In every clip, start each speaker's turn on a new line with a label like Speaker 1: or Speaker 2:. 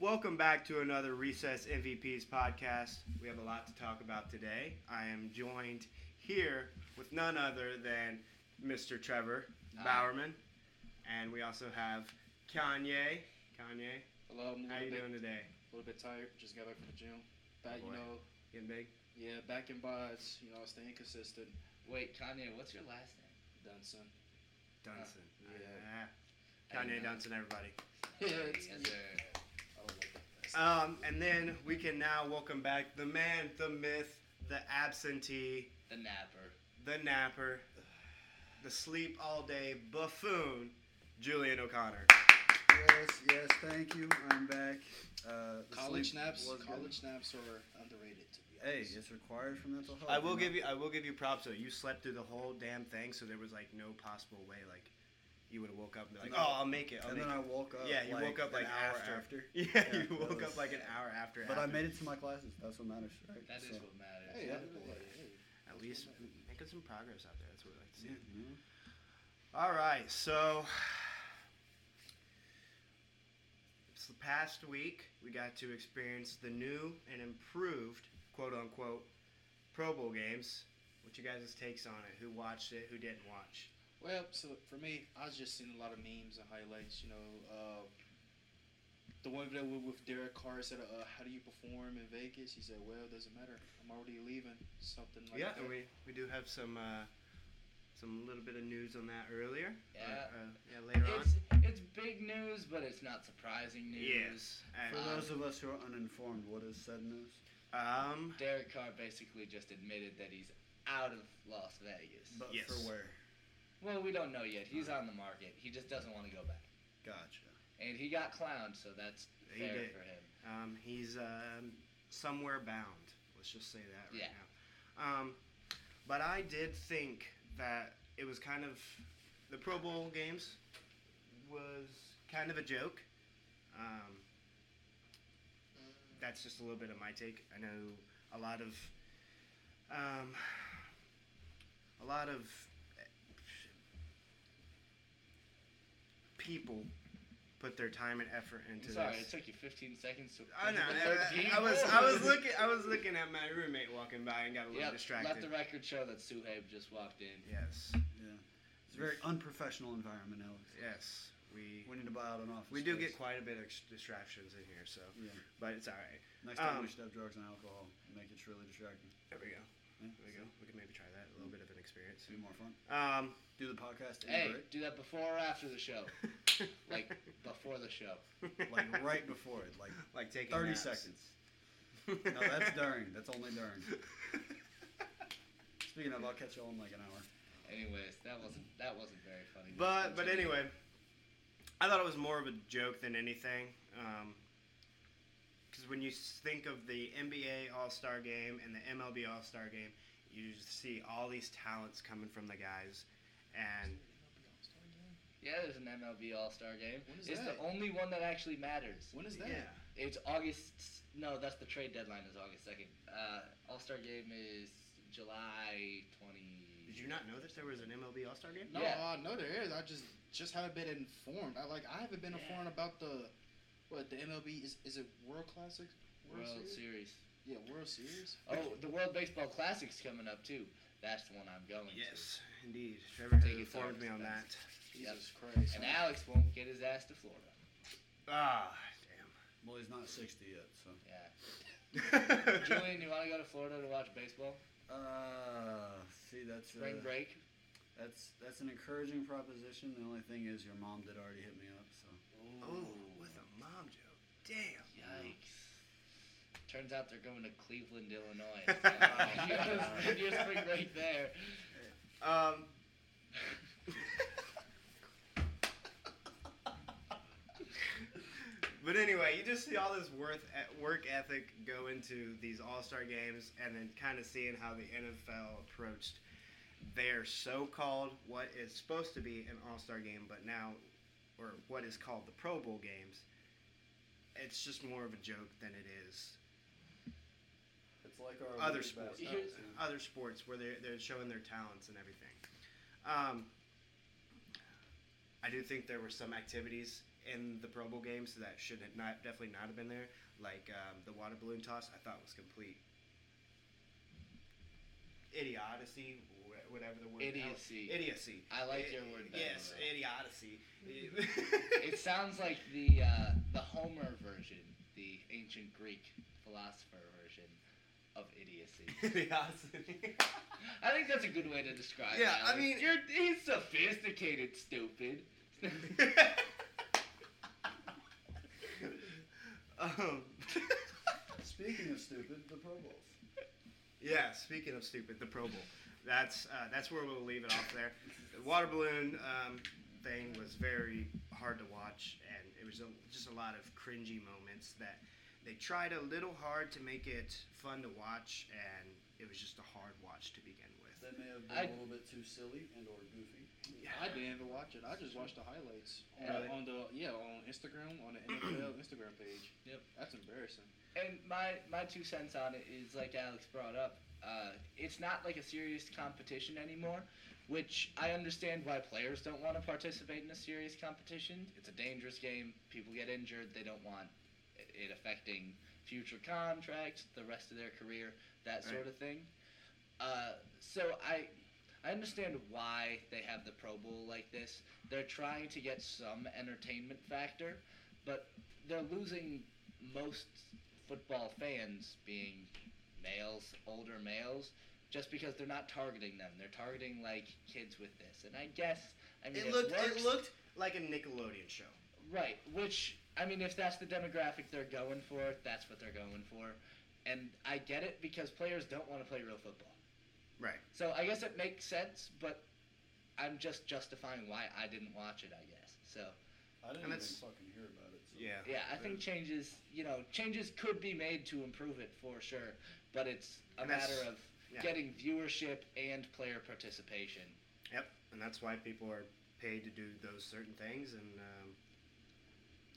Speaker 1: Welcome back to another Recess MVPs podcast. We have a lot to talk about today. I am joined here with none other than Mr. Trevor Bowerman, and we also have Kanye. Kanye,
Speaker 2: Hello, I'm a
Speaker 1: how
Speaker 2: little
Speaker 1: you
Speaker 2: bit,
Speaker 1: doing today?
Speaker 2: a little bit tired. Just got back from the gym. Back,
Speaker 1: Boy.
Speaker 2: you know,
Speaker 1: Getting big?
Speaker 2: yeah, back in bods. You know, staying consistent.
Speaker 3: Wait, Kanye, what's your last name?
Speaker 2: Dunson.
Speaker 1: Dunson.
Speaker 2: Yeah.
Speaker 1: Ah, Kanye
Speaker 3: I know.
Speaker 1: Dunson, everybody.
Speaker 2: Yeah,
Speaker 3: Yes,
Speaker 2: it's- yeah.
Speaker 3: sir.
Speaker 2: I don't like that.
Speaker 1: Um, and then we can now welcome back the man, the myth, the absentee,
Speaker 3: The napper.
Speaker 1: the napper, the sleep all day buffoon, Julian O'Connor.
Speaker 4: Yes, yes, thank you. I'm back. Uh, the
Speaker 2: College
Speaker 4: sleep
Speaker 2: naps.
Speaker 4: was good.
Speaker 2: College naps are underrated. To be
Speaker 4: Hey,
Speaker 2: honest.
Speaker 4: it's required for mental health.
Speaker 1: I will give you I will give you props though. You slept through the whole damn thing, so there was like no possible way like you would have woke up and been like, Oh, I'll make it. I'll
Speaker 4: And
Speaker 1: make
Speaker 4: then I
Speaker 1: it.
Speaker 4: woke up.
Speaker 1: Yeah, you
Speaker 4: like,
Speaker 1: woke up like
Speaker 4: an hour
Speaker 1: after.
Speaker 4: after.
Speaker 1: Yeah,
Speaker 4: Yeah,
Speaker 1: you
Speaker 4: that
Speaker 1: woke
Speaker 4: was-
Speaker 1: up like an hour after
Speaker 4: But I
Speaker 1: after.
Speaker 4: made it to my classes. That's what matters, right?
Speaker 3: That is
Speaker 4: So-
Speaker 3: what matters.
Speaker 2: Hey,
Speaker 4: Yeah.
Speaker 2: I'm- hey.
Speaker 1: at least making some progress out there. That's what I like to see.
Speaker 4: Yeah, mhm.
Speaker 1: All right, so it's the past week we got to experience the new and improved quote unquote Pro Bowl games. What you guys' takes on it? Who watched it? Who didn't watch?
Speaker 2: Well, so for me, I was just seeing a lot of memes and highlights. You know, uh, the one that with, with Derek Carr said, uh, "How do you perform in Vegas?" He said, "Well, it doesn't matter. I'm already leaving." Something like
Speaker 1: yeah,
Speaker 2: that.
Speaker 1: and we, we do have some uh, some little bit of news on that earlier. or,
Speaker 3: Yeah.
Speaker 1: uh, yeah, later on.
Speaker 3: It's, it's big news, but it's not surprising news.
Speaker 1: Yes. and,
Speaker 4: For
Speaker 3: Uh,
Speaker 4: those of us who are uninformed, what is said news?
Speaker 1: um,
Speaker 3: Derek Carr basically just admitted that he's out of Las Vegas.
Speaker 4: But
Speaker 1: yes.
Speaker 4: for where?
Speaker 3: well, we don't know yet. He's on the market. He just doesn't want to go back.
Speaker 4: Gotcha.
Speaker 3: And he got clowned, so that's
Speaker 1: He
Speaker 3: fair
Speaker 1: did.
Speaker 3: for him.
Speaker 1: Um, he's um, somewhere bound. Let's just say that right
Speaker 3: Yeah.
Speaker 1: now. Um, but I did think that it was kind of the Pro Bowl games was kind of a joke. Um, that's just a little bit of my take. I know a lot of um, a lot of people put their time and effort into
Speaker 3: I'm sorry,
Speaker 1: this.
Speaker 3: it took you 15 seconds to.
Speaker 1: I know. I- I, I was I was looking I was looking at my roommate walking by and got a little
Speaker 3: Yep, let
Speaker 1: distracted.
Speaker 3: the record show that Suhaib just walked in.
Speaker 1: Yes,
Speaker 4: Yeah. It's a very unprofessional environment, Alex.
Speaker 1: yes, we
Speaker 4: We need to buy out an office.
Speaker 1: we do
Speaker 4: space.
Speaker 1: get quite a bit of ex- distractions in here, so
Speaker 4: Yeah.
Speaker 1: but it's all right.
Speaker 4: Next time
Speaker 1: Um,
Speaker 4: we should have drugs and alcohol. Make it truly distracting.
Speaker 1: There we go.
Speaker 4: Yeah.
Speaker 1: There we go. We can maybe try that. A little bit of an experience.
Speaker 4: It'd be more fun.
Speaker 1: Um,
Speaker 4: Do the podcast. in
Speaker 3: Hey,
Speaker 4: break.
Speaker 3: do that before or after the show? Like, before the show.
Speaker 4: Like right before it. Like
Speaker 1: like taking
Speaker 4: 30
Speaker 1: naps.
Speaker 4: seconds. No, that's during. That's only during. Speaking of, I'll catch y'all in like an hour.
Speaker 3: Anyways, that wasn't that wasn't very funny.
Speaker 1: But but
Speaker 3: Continue.
Speaker 1: anyway, I thought it was more of a joke than anything. Because when you s- think of the NBA All Star Game and the MLB All Star Game, you just see all these talents coming from the guys, and
Speaker 3: yeah, there's an MLB All Star game.
Speaker 2: When is
Speaker 3: it's
Speaker 2: that?
Speaker 3: the only one that actually matters.
Speaker 2: When is that?
Speaker 1: yeah,
Speaker 3: It's August. No, that's the trade deadline. Is August second. Uh, All Star game is July twenty.
Speaker 1: did you not know that there was an MLB All Star Game?
Speaker 2: No,
Speaker 3: Yeah.
Speaker 2: I know there is. I just just haven't been informed. I like I haven't been
Speaker 3: Yeah.
Speaker 2: informed about the what the MLB is. Is it World Classic?
Speaker 3: World Series?
Speaker 2: Yeah, World Series.
Speaker 3: Oh, the World Baseball Classic's coming up too. That's the one I'm going
Speaker 1: Yes, indeed. Trevor has
Speaker 3: Take it
Speaker 1: informed me
Speaker 3: down,
Speaker 1: on that.
Speaker 3: Spence.
Speaker 2: Jesus Christ!
Speaker 3: to. And Alex won't get his ass to Florida.
Speaker 1: Ah,
Speaker 4: Well, he's not 60 yet, so.
Speaker 3: Yeah.
Speaker 1: damn.
Speaker 3: Julian, you want to go to Florida to watch baseball?
Speaker 4: Uh, see, that's uh,
Speaker 3: Spring break.
Speaker 4: that's that's an encouraging proposition. The only thing is, your mom did already hit me up, so.
Speaker 1: oh, with a mom joke. Damn.
Speaker 3: Yikes. Turns out they're going to Cleveland, Illinois.
Speaker 1: Oh,
Speaker 3: You just- you just bring right there.
Speaker 1: Um. but anyway, you just see all this worth e, work ethic go into these All Star games, and then kind of seeing how the NFL approached their so-called what is supposed to be an All Star game, but now, or what is called the Pro Bowl games. It's just more of a joke than it is
Speaker 4: It's like our
Speaker 1: Other
Speaker 4: women's
Speaker 1: sports.
Speaker 4: basketball
Speaker 3: Here's-
Speaker 4: team.
Speaker 1: other sports where they're, they're showing their talents and everything. Um, I do think there were some activities in the Pro Bowl game, so that should have not definitely not have been there. Like um, the water balloon toss, I thought was complete idiocy, wh- whatever the word
Speaker 3: Idiocy.
Speaker 1: idiocy.
Speaker 3: I like
Speaker 1: I-
Speaker 3: your word better.
Speaker 1: Yes,
Speaker 3: though.
Speaker 1: idiocy.
Speaker 3: It sounds like the uh, the Homer version, the ancient Greek philosopher version of idiocy.
Speaker 1: idiocy.
Speaker 3: I think that's a good way to describe
Speaker 1: Yeah,
Speaker 3: it.
Speaker 1: I
Speaker 3: Alex.
Speaker 1: mean-
Speaker 3: you're he's sophisticated, stupid.
Speaker 1: um,
Speaker 4: Speaking of stupid, the Pro Bowl.
Speaker 1: yeah, speaking of stupid, the Pro Bowl. That's uh, that's where we'll leave it off there. The water balloon um, thing was very hard to watch, and it was a, just a lot of cringy moments that they tried a little hard to make it fun to watch, and it was just a hard watch to begin with.
Speaker 4: That may have been
Speaker 3: I-
Speaker 4: a little bit too silly and or goofy.
Speaker 2: I didn't even watch it. I just watched the highlights on,
Speaker 3: Oh,
Speaker 1: Really?
Speaker 2: on the yeah on Instagram on the NFL Instagram page.
Speaker 3: Yep.
Speaker 2: that's embarrassing.
Speaker 3: And my my two cents on it is like Alex brought up. Uh, it's not like a serious competition anymore, which I understand why players don't want to participate in a serious competition. It's a dangerous game. People get injured. They don't want it- it affecting future contracts, the rest of their career, that sort
Speaker 1: Right.
Speaker 3: of thing. Uh, so I I understand why they have the Pro Bowl like this. They're trying to get some entertainment factor, but they're losing most football fans being males, older males, just because they're not targeting them. They're targeting like kids with this, and I guess I mean
Speaker 1: It looked
Speaker 3: works,
Speaker 1: it looked like a Nickelodeon show.
Speaker 3: right. Which I mean, if that's the demographic they're going for, that's what they're going for, and I get it because players don't want to play real football.
Speaker 1: Right.
Speaker 3: So I guess it makes sense, but I'm just justifying why I didn't watch it. I guess so.
Speaker 4: I didn't
Speaker 1: And
Speaker 4: even
Speaker 1: that's-
Speaker 4: fucking hear about it. So.
Speaker 1: Yeah.
Speaker 3: Yeah, I think changes, you know, changes could be made to improve it for sure, but it's a
Speaker 1: And that's-
Speaker 3: matter of
Speaker 1: yeah.
Speaker 3: getting viewership and player participation.
Speaker 1: Yep, and that's why people are paid to do those certain things, and um,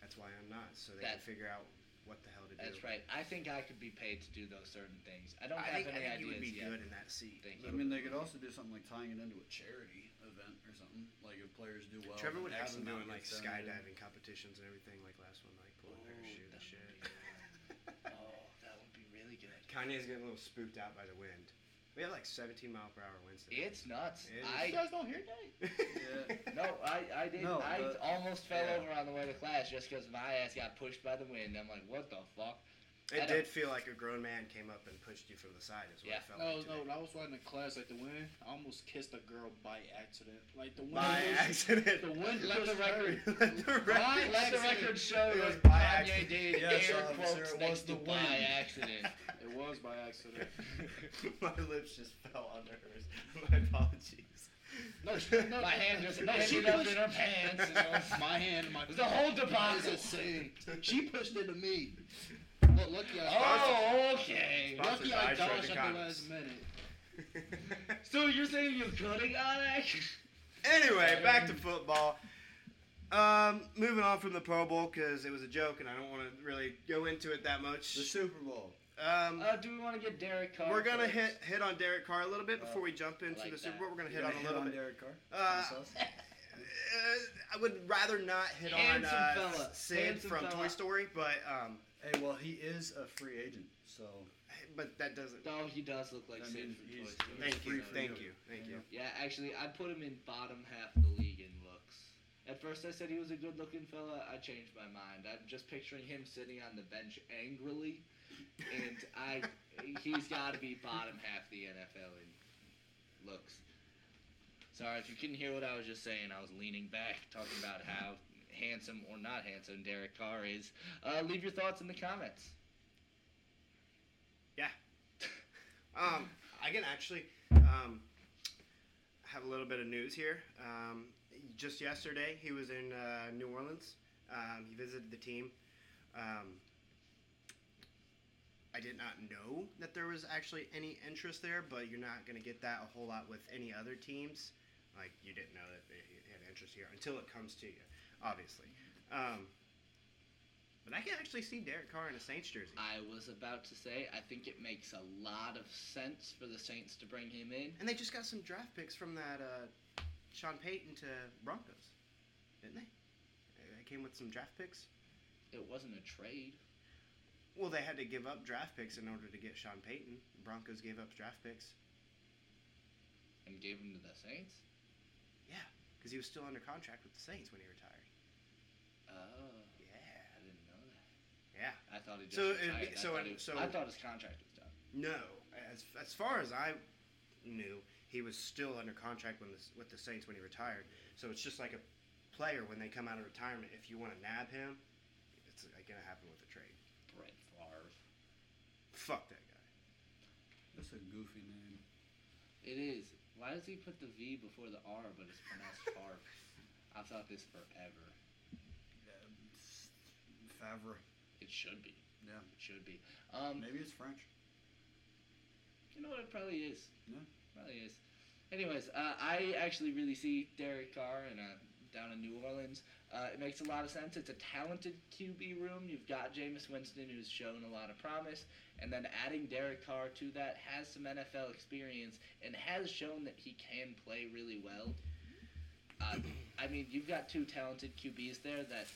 Speaker 1: that's why I'm not. So they
Speaker 3: That-
Speaker 1: can figure out what the hell to do.
Speaker 3: That's right. I think I could be paid to do those certain things. I don't
Speaker 1: I
Speaker 3: have
Speaker 1: think, I
Speaker 3: any
Speaker 1: think
Speaker 3: ideas
Speaker 1: you would be
Speaker 3: yet.
Speaker 1: good in that seat.
Speaker 3: Thank
Speaker 4: I
Speaker 3: you.
Speaker 4: mean, they could also do something like tying it into a charity event or something. Like if players do well,
Speaker 1: Trevor would have
Speaker 4: have
Speaker 1: some
Speaker 4: them out
Speaker 1: doing like
Speaker 4: get donated.
Speaker 1: skydiving competitions and everything, like last one, like pulling their
Speaker 3: uh, Ooh,
Speaker 1: parachute
Speaker 3: that
Speaker 1: and shit.
Speaker 3: would be Oh, that would be really good.
Speaker 1: Kanye's getting a little spooked out by the wind. We had like 17 mile per hour winds. today.
Speaker 3: It's nuts.
Speaker 1: It is-
Speaker 2: you
Speaker 3: I
Speaker 2: guys don't hear that?
Speaker 4: Yeah.
Speaker 3: no, I, I did.
Speaker 4: No,
Speaker 3: I
Speaker 4: but-
Speaker 3: almost fell
Speaker 4: yeah.
Speaker 3: over on the way to class just because my ass got pushed by the wind. I'm like, what the fuck? I
Speaker 1: it
Speaker 3: don't-
Speaker 1: did feel like a grown man came up and pushed you from the side. Is what
Speaker 3: Yeah.
Speaker 1: it felt
Speaker 2: No,
Speaker 1: like.
Speaker 2: no.
Speaker 1: today.
Speaker 2: when I was riding in class like the wind. I almost kissed a girl by accident. Like the wind.
Speaker 1: By
Speaker 2: was-
Speaker 1: accident.
Speaker 2: The wind.
Speaker 3: Let
Speaker 2: was
Speaker 3: the record-
Speaker 2: hurt.
Speaker 1: Let the
Speaker 3: Right,
Speaker 1: record
Speaker 3: let the
Speaker 1: say-
Speaker 3: record show
Speaker 1: It was
Speaker 3: that
Speaker 1: by
Speaker 3: Kanye
Speaker 1: accident.
Speaker 3: did
Speaker 4: Yes,
Speaker 3: air
Speaker 4: officer,
Speaker 3: quotes
Speaker 4: it
Speaker 3: next
Speaker 4: was
Speaker 3: to
Speaker 4: the
Speaker 3: by
Speaker 4: wind.
Speaker 3: accident.
Speaker 2: It was by accident.
Speaker 1: My lips just fell onto hers. My apologies.
Speaker 3: No, sh- no, my hand just ended up in her pants. And I was-
Speaker 2: my hand, my.
Speaker 3: There's a whole debacle.
Speaker 2: It's insane. She pushed into me. Well, lucky I.
Speaker 3: Oh, okay.
Speaker 1: Sponsor-
Speaker 2: lucky I
Speaker 1: I tried
Speaker 2: dodged
Speaker 1: to
Speaker 2: at the
Speaker 1: comment.
Speaker 2: last minute.
Speaker 3: So you're saying you're cutting on action?
Speaker 1: anyway, back to football. Um, moving on from the Pro Bowl because it was a joke and I don't want to really go into it that much.
Speaker 4: the Super Bowl.
Speaker 1: Um,
Speaker 3: Uh, do we want to get Derek Carr?
Speaker 1: we're gonna
Speaker 3: first?
Speaker 1: hit hit on Derek Carr a little bit
Speaker 4: Uh,
Speaker 1: before we jump into
Speaker 3: Uh, like
Speaker 1: the Super
Speaker 3: that.
Speaker 1: Bowl. We're gonna
Speaker 4: You
Speaker 1: hit
Speaker 4: gonna
Speaker 1: on a little
Speaker 4: on
Speaker 1: bit.
Speaker 4: Derek Carr.
Speaker 1: Uh,
Speaker 4: Sauce?
Speaker 1: Uh, I would rather not hit
Speaker 3: Handsome
Speaker 1: on uh,
Speaker 3: fella.
Speaker 1: Sid
Speaker 3: Handsome
Speaker 1: from
Speaker 3: fella.
Speaker 1: Toy Story, but um,
Speaker 4: hey, well, he is a free agent, so
Speaker 1: but that doesn't.
Speaker 3: No, he does look like
Speaker 4: That
Speaker 3: Sid
Speaker 4: means
Speaker 3: from
Speaker 4: he's-
Speaker 3: Toy Story.
Speaker 1: Thank
Speaker 4: free
Speaker 1: you,
Speaker 4: for
Speaker 1: thank
Speaker 4: you.
Speaker 1: you, thank you.
Speaker 3: Yeah, actually, I put him in bottom half of the league in looks. At first, I said he was a good-looking fella. I changed my mind. I'm just picturing him sitting on the bench angrily, and I he's got to be bottom half the NFL in looks. Sorry if you couldn't hear what I was just saying. I was leaning back talking about how handsome or not handsome Derek Carr is. Uh, leave your thoughts in the comments.
Speaker 1: Um, I can actually um, have a little bit of news here. Um, just yesterday, he was in uh, New Orleans. Um, he visited the team. Um, I did not know that there was actually any interest there, but you're not going to get that a whole lot with any other teams. Like, you didn't know that they had interest here until it comes to you, obviously. Um, but I can actually see Derek Carr in a Saints jersey.
Speaker 3: I was about to say I think it makes a lot of sense for the Saints to bring him in.
Speaker 1: And they just got some draft picks from that uh, Sean Payton to Broncos, didn't they? I- I came with some draft picks?
Speaker 3: It wasn't a trade.
Speaker 1: Well, they had to give up draft picks in order to get Sean Payton. Broncos gave up draft picks
Speaker 3: And gave him to the Saints.
Speaker 1: because he was still under contract with the Saints when he retired.
Speaker 3: Oh,
Speaker 1: Yeah.
Speaker 3: I didn't know that.
Speaker 1: Yeah.
Speaker 3: I thought he just
Speaker 1: So it'd
Speaker 3: retired.
Speaker 1: be-
Speaker 3: I
Speaker 1: so
Speaker 3: thought
Speaker 1: it-
Speaker 3: he-
Speaker 1: so-
Speaker 3: I thought his contract was done.
Speaker 1: No, as as far as I knew, he was still under contract when the, with the Saints when he retired. So it's just like a player when they come out of retirement. If you want to nab him, it's like, gonna happen with a trade.
Speaker 3: Brett Favre.
Speaker 1: Fuck that guy.
Speaker 4: That's a goofy name.
Speaker 3: It is. Why does he put the V before the R, but it's pronounced Favre? I've thought this forever.
Speaker 4: Yeah, Uh, Favre.
Speaker 3: It should be.
Speaker 4: Yeah.
Speaker 3: It should be. Um,
Speaker 4: Maybe it's French.
Speaker 3: You know what? It probably is.
Speaker 4: Yeah.
Speaker 3: Probably is. Anyways, uh, I actually really see Derek Carr and uh, down in New Orleans. Uh, it makes a lot of sense. It's a talented QB room. You've got Jameis Winston, who's shown a lot of promise, and then adding Derek Carr to that has some NFL experience and has shown that he can play really well. Uh, I mean, you've got two talented QBs there that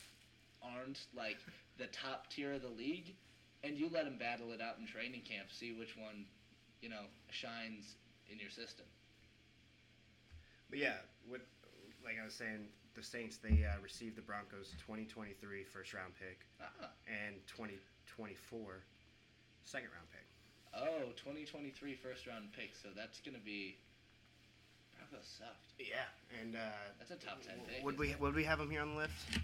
Speaker 3: aren't like the top tier of the league, and you let them battle it out in training camp, see which one you know, shines in your system.
Speaker 1: But yeah, with like I was saying, the Saints they uh, received the Broncos 2023 first round pick
Speaker 3: Ah,
Speaker 1: and 2024 second round pick.
Speaker 3: oh, 2023 first round pick, so that's going to be. Broncos sucked.
Speaker 1: Yeah, and uh,
Speaker 3: That's a top 10
Speaker 1: W-
Speaker 3: pick.
Speaker 1: Would we would we have him here on the list?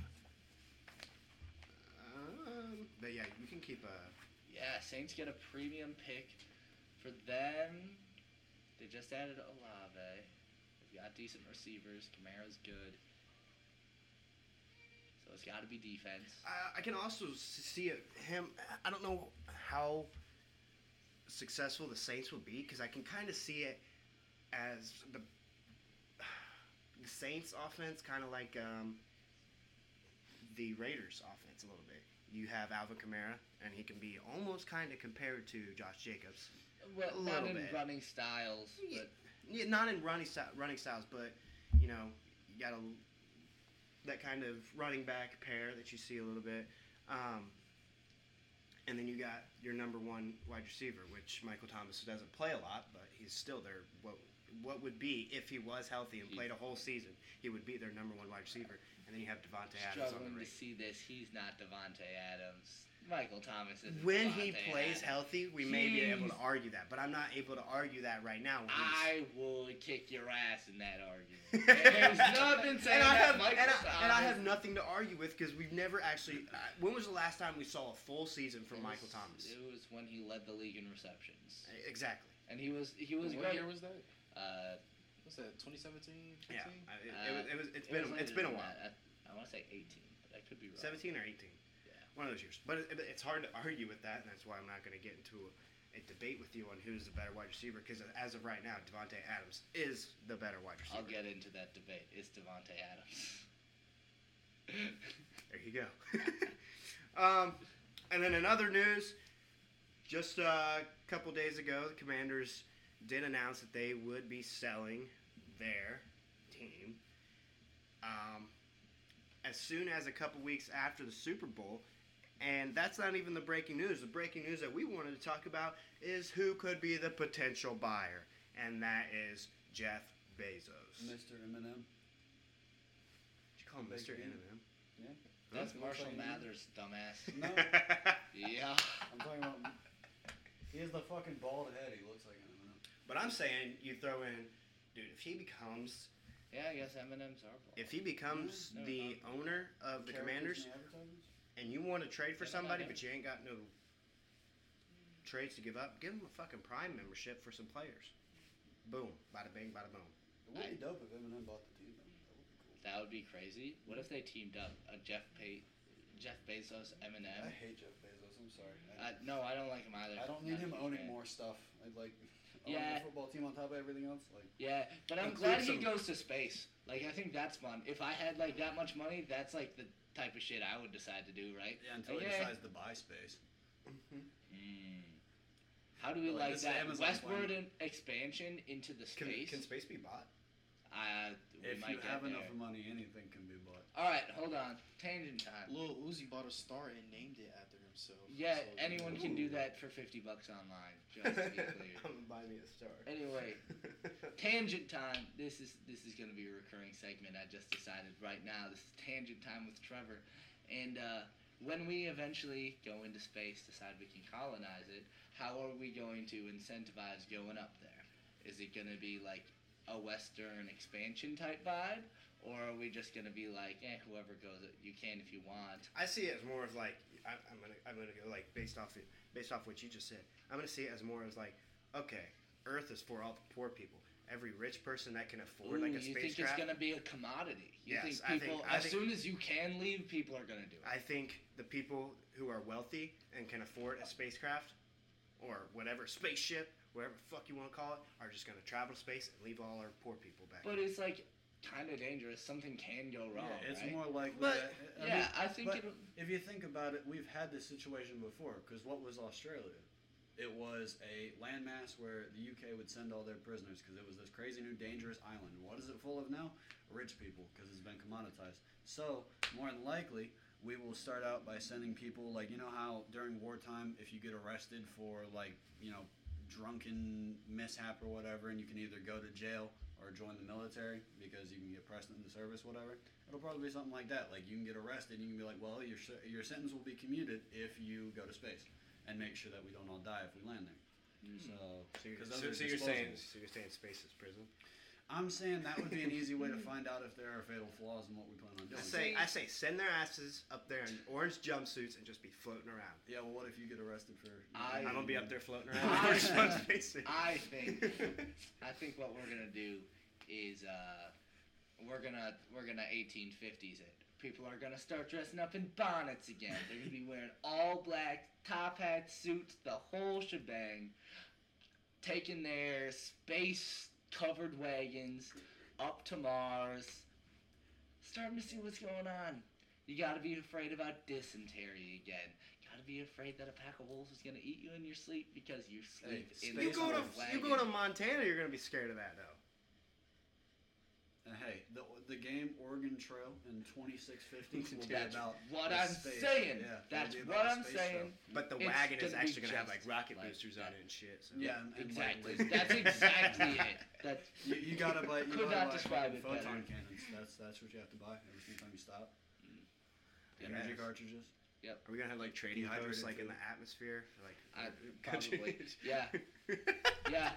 Speaker 1: Um, but yeah, you can keep uh, a.
Speaker 3: Yeah, Saints get a premium pick for them. They just added Olave. They've got decent receivers. Kamara's good. So it's got to be defense.
Speaker 1: I, I can also s- see it, him. I don't know how successful the Saints will be because I can kind of see it as the, the Saints offense, kind of like um, the Raiders offense a little bit. You have Alvin Kamara, and he can be almost kind of compared to Josh Jacobs.
Speaker 3: Well,
Speaker 1: a
Speaker 3: not
Speaker 1: little
Speaker 3: in
Speaker 1: bit.
Speaker 3: running styles,
Speaker 1: Yeah.
Speaker 3: but
Speaker 1: Yeah, not in running sty running styles, but you know, you got a that kind of running back pair that you see a little bit, um, and then you got your number one wide receiver, which Michael Thomas doesn't play a lot, but he's still there. What what would be if he was healthy and played a whole season? He would be their number one wide receiver, and then you have Devontae Adams on
Speaker 3: struggling
Speaker 1: the
Speaker 3: to
Speaker 1: ring.
Speaker 3: see this. He's not Devonte Adams. Michael Thomas is
Speaker 1: When he plays
Speaker 3: Adams.
Speaker 1: healthy, we may be able to
Speaker 3: He's-
Speaker 1: argue that, but I'm not able to argue that right now. when he's-
Speaker 3: I would kick your ass in that argument. There's nothing saying
Speaker 1: and I
Speaker 3: that
Speaker 1: have,
Speaker 3: Michael
Speaker 1: and I, and I
Speaker 3: Thomas-
Speaker 1: have nothing to argue with because we've never actually. Uh, when was the last time we saw a full season from
Speaker 3: It
Speaker 1: Michael
Speaker 3: was-
Speaker 1: Thomas? E,
Speaker 3: It was when he led the league in receptions,
Speaker 1: Exactly.
Speaker 3: and he was he was
Speaker 2: What
Speaker 3: great.
Speaker 2: year was that?
Speaker 3: Uh,
Speaker 2: What's that? 2017?
Speaker 1: Yeah,
Speaker 2: 15?
Speaker 1: I-
Speaker 3: Uh,
Speaker 1: it, it was. It was. It's
Speaker 3: it
Speaker 1: been.
Speaker 3: was
Speaker 1: a- It's been a
Speaker 3: later than
Speaker 1: while.
Speaker 3: that. I, want to say 18, but I could be wrong.
Speaker 1: Seventeen or eighteen.
Speaker 3: Yeah.
Speaker 1: One of those years. But it, it's hard to argue with that, and that's why I'm not going to get into a, a debate with you on who's the better wide receiver because as of right now, Devonte Adams is the better wide receiver.
Speaker 3: I'll get into that debate. It's Devonte Adams.
Speaker 1: There you go. um, and then in other news, just uh, a couple days ago, the Commanders did announce that they would be selling their team. Um, as soon as a couple weeks after the Super Bowl, and that's not even the breaking news. The breaking news that we wanted to talk about is who could be the potential buyer, and that is Jeff Bezos. Did
Speaker 4: Mr. Eminem.
Speaker 1: you call him Mr. Eminem?
Speaker 3: That's
Speaker 4: Huh?
Speaker 3: Marshall
Speaker 4: Looks like-
Speaker 3: Mathers, dumbass.
Speaker 4: No,
Speaker 3: Yeah.
Speaker 4: I'm talking about. He has the fucking bald head. He looks like Eminem.
Speaker 1: But I'm saying you throw in, dude. If he becomes,
Speaker 3: Yeah, I guess Eminem's our ball.
Speaker 1: if he becomes
Speaker 3: Mm, No,
Speaker 1: the owner of the
Speaker 4: Characters
Speaker 1: Commanders,
Speaker 4: and advertisements?
Speaker 1: and you want to trade for
Speaker 3: Yeah,
Speaker 1: somebody,
Speaker 3: yeah.
Speaker 1: but you ain't got no trades to give up, give him a fucking Prime membership for some players. Boom, bada bing, bada boom.
Speaker 4: It would be dope if Eminem bought the team. Though. That would be cool.
Speaker 3: That would be crazy. What if they teamed up? A Jeff Pay, Jeff Bezos,
Speaker 4: I
Speaker 3: Eminem.
Speaker 4: hate Jeff Bezos. I'm sorry.
Speaker 3: Uh, no, I don't like him either.
Speaker 4: I don't
Speaker 3: Not
Speaker 4: need
Speaker 3: a
Speaker 4: him
Speaker 3: huge
Speaker 4: owning
Speaker 3: fan.
Speaker 4: more stuff. I'd like own
Speaker 3: Yeah.
Speaker 4: the football team on top of everything else. Like
Speaker 3: Yeah, but I'm
Speaker 1: Include
Speaker 3: glad
Speaker 1: some-
Speaker 3: he goes to space. Like I think that's fun. If I had like that much money, that's like the type of shit I would decide to do, right?
Speaker 4: yeah,
Speaker 3: until he Yeah. decides
Speaker 4: to buy space.
Speaker 3: Mm. How do we
Speaker 4: Like,
Speaker 3: like
Speaker 4: this
Speaker 3: that
Speaker 4: Amazon
Speaker 3: westward
Speaker 4: plan.
Speaker 3: in- expansion into the
Speaker 1: Can,
Speaker 3: space?
Speaker 1: can space be bought?
Speaker 3: I we
Speaker 4: If
Speaker 3: might
Speaker 4: you
Speaker 3: get
Speaker 4: have
Speaker 3: there.
Speaker 4: enough money, anything can be bought.
Speaker 3: All right, hold on. Tangent time.
Speaker 2: Lil Uzi bought a star and named it after himself.
Speaker 3: Yeah,
Speaker 2: so, you
Speaker 3: anyone
Speaker 2: know.
Speaker 3: can do that for fifty bucks online. Just to be clear.
Speaker 1: I'm gonna buy me a star.
Speaker 3: Anyway, tangent time. This is this is going to be a recurring segment. I just decided right now. This is tangent time with Trevor, and uh, when we eventually go into space, decide we can colonize it. How are we going to incentivize going up there? Is it going to be like a Western expansion type vibe, or are we just going to be like, eh, whoever goes, you can if you want?
Speaker 1: I see it as more of like I, I'm gonna I'm gonna go like based off it, based off what you just said. I'm gonna see it as more as like okay, Earth is for all the poor people. Every rich person that can afford like
Speaker 3: Ooh,
Speaker 1: a
Speaker 3: you think
Speaker 1: spacecraft.
Speaker 3: it's gonna be a commodity? You
Speaker 1: Yes,
Speaker 3: think
Speaker 1: I think-
Speaker 3: people,
Speaker 1: I
Speaker 3: as
Speaker 1: think-
Speaker 3: soon as you can leave, people are gonna do it.
Speaker 1: I think the people who are wealthy and can afford a spacecraft or whatever spaceship, whatever the fuck you want to call it, are just gonna travel to space and leave all our poor people back.
Speaker 3: But it's like kind of dangerous. Something can go wrong.
Speaker 4: yeah, it's
Speaker 3: right?
Speaker 4: more likely.
Speaker 1: But-
Speaker 4: that, I mean,
Speaker 3: yeah, I think
Speaker 4: but-
Speaker 3: it.
Speaker 4: If you think about it, we've had this situation before. Because what was Australia? It was a landmass where the UK would send all their prisoners because it was this crazy new dangerous island. What is it full of now? Rich people because it's been commoditized. So more than likely, we will start out by sending people like you know how during wartime, if you get arrested for like you know drunken mishap or whatever, and you can either go to jail or join the military because you can get pressed into service, whatever. It'll probably be something like that. Like you can get arrested, and you can be like, well, your se- your sentence will be commuted if you go to space, and make sure that we don't all die if we land there. So,
Speaker 1: so you're,
Speaker 4: 'cause
Speaker 1: so,
Speaker 4: those are
Speaker 1: so you're saying
Speaker 4: disposable.
Speaker 1: so you're saying space is prison?
Speaker 4: I'm saying that would be an easy way to find out if there are fatal flaws in what we plan on
Speaker 1: I
Speaker 4: doing.
Speaker 1: say I say send their asses up there in orange jumpsuits and just be floating around.
Speaker 4: yeah, well, what if you get arrested for?
Speaker 3: I-
Speaker 1: I'm gonna be up there floating
Speaker 3: I-
Speaker 1: around. in orange on spacesuit.
Speaker 3: I think. I think what we're gonna do is uh, we're gonna we're gonna 1850s it. People are gonna start dressing up in bonnets again. They're gonna be wearing all black top hats, suits, the whole shebang. Taking their space covered wagons up to Mars. Starting to see what's going on. You gotta be afraid about dysentery again. Gotta be afraid that a pack of wolves is gonna eat you in your sleep because you sleep
Speaker 4: Hey,
Speaker 3: in
Speaker 1: you
Speaker 4: space
Speaker 1: go to
Speaker 4: wolves.
Speaker 1: you go to Montana, you're gonna be scared of that though.
Speaker 4: And hey, the the game Oregon Trail in 2650 will be
Speaker 3: That's
Speaker 4: about
Speaker 3: what
Speaker 4: the
Speaker 3: I'm
Speaker 4: space.
Speaker 3: saying.
Speaker 4: Yeah,
Speaker 3: That's
Speaker 4: it'll be
Speaker 3: what
Speaker 4: about
Speaker 3: I'm
Speaker 4: space stuff.
Speaker 3: saying.
Speaker 1: But the
Speaker 3: It's
Speaker 1: wagon is
Speaker 3: gonna be
Speaker 1: actually gonna have like
Speaker 3: just
Speaker 1: rocket
Speaker 3: like
Speaker 1: boosters on
Speaker 3: that.
Speaker 1: it and shit. So
Speaker 4: Yeah, and, and like
Speaker 3: exactly.
Speaker 4: laser
Speaker 3: That's
Speaker 4: guns.
Speaker 3: exactly it. That's
Speaker 4: You, you gotta buy. You
Speaker 3: Could not
Speaker 4: gotta buy
Speaker 3: describe it
Speaker 4: photon
Speaker 3: better.
Speaker 4: cannons. That's that's what you have to buy every single time you stop.
Speaker 1: Yeah.
Speaker 4: Energy cartridges.
Speaker 1: Are we gonna have like trading
Speaker 4: Dehydrated
Speaker 1: posts like in
Speaker 4: food.
Speaker 1: the atmosphere? Like
Speaker 3: I-
Speaker 1: country-
Speaker 3: probably. Yeah. Yeah.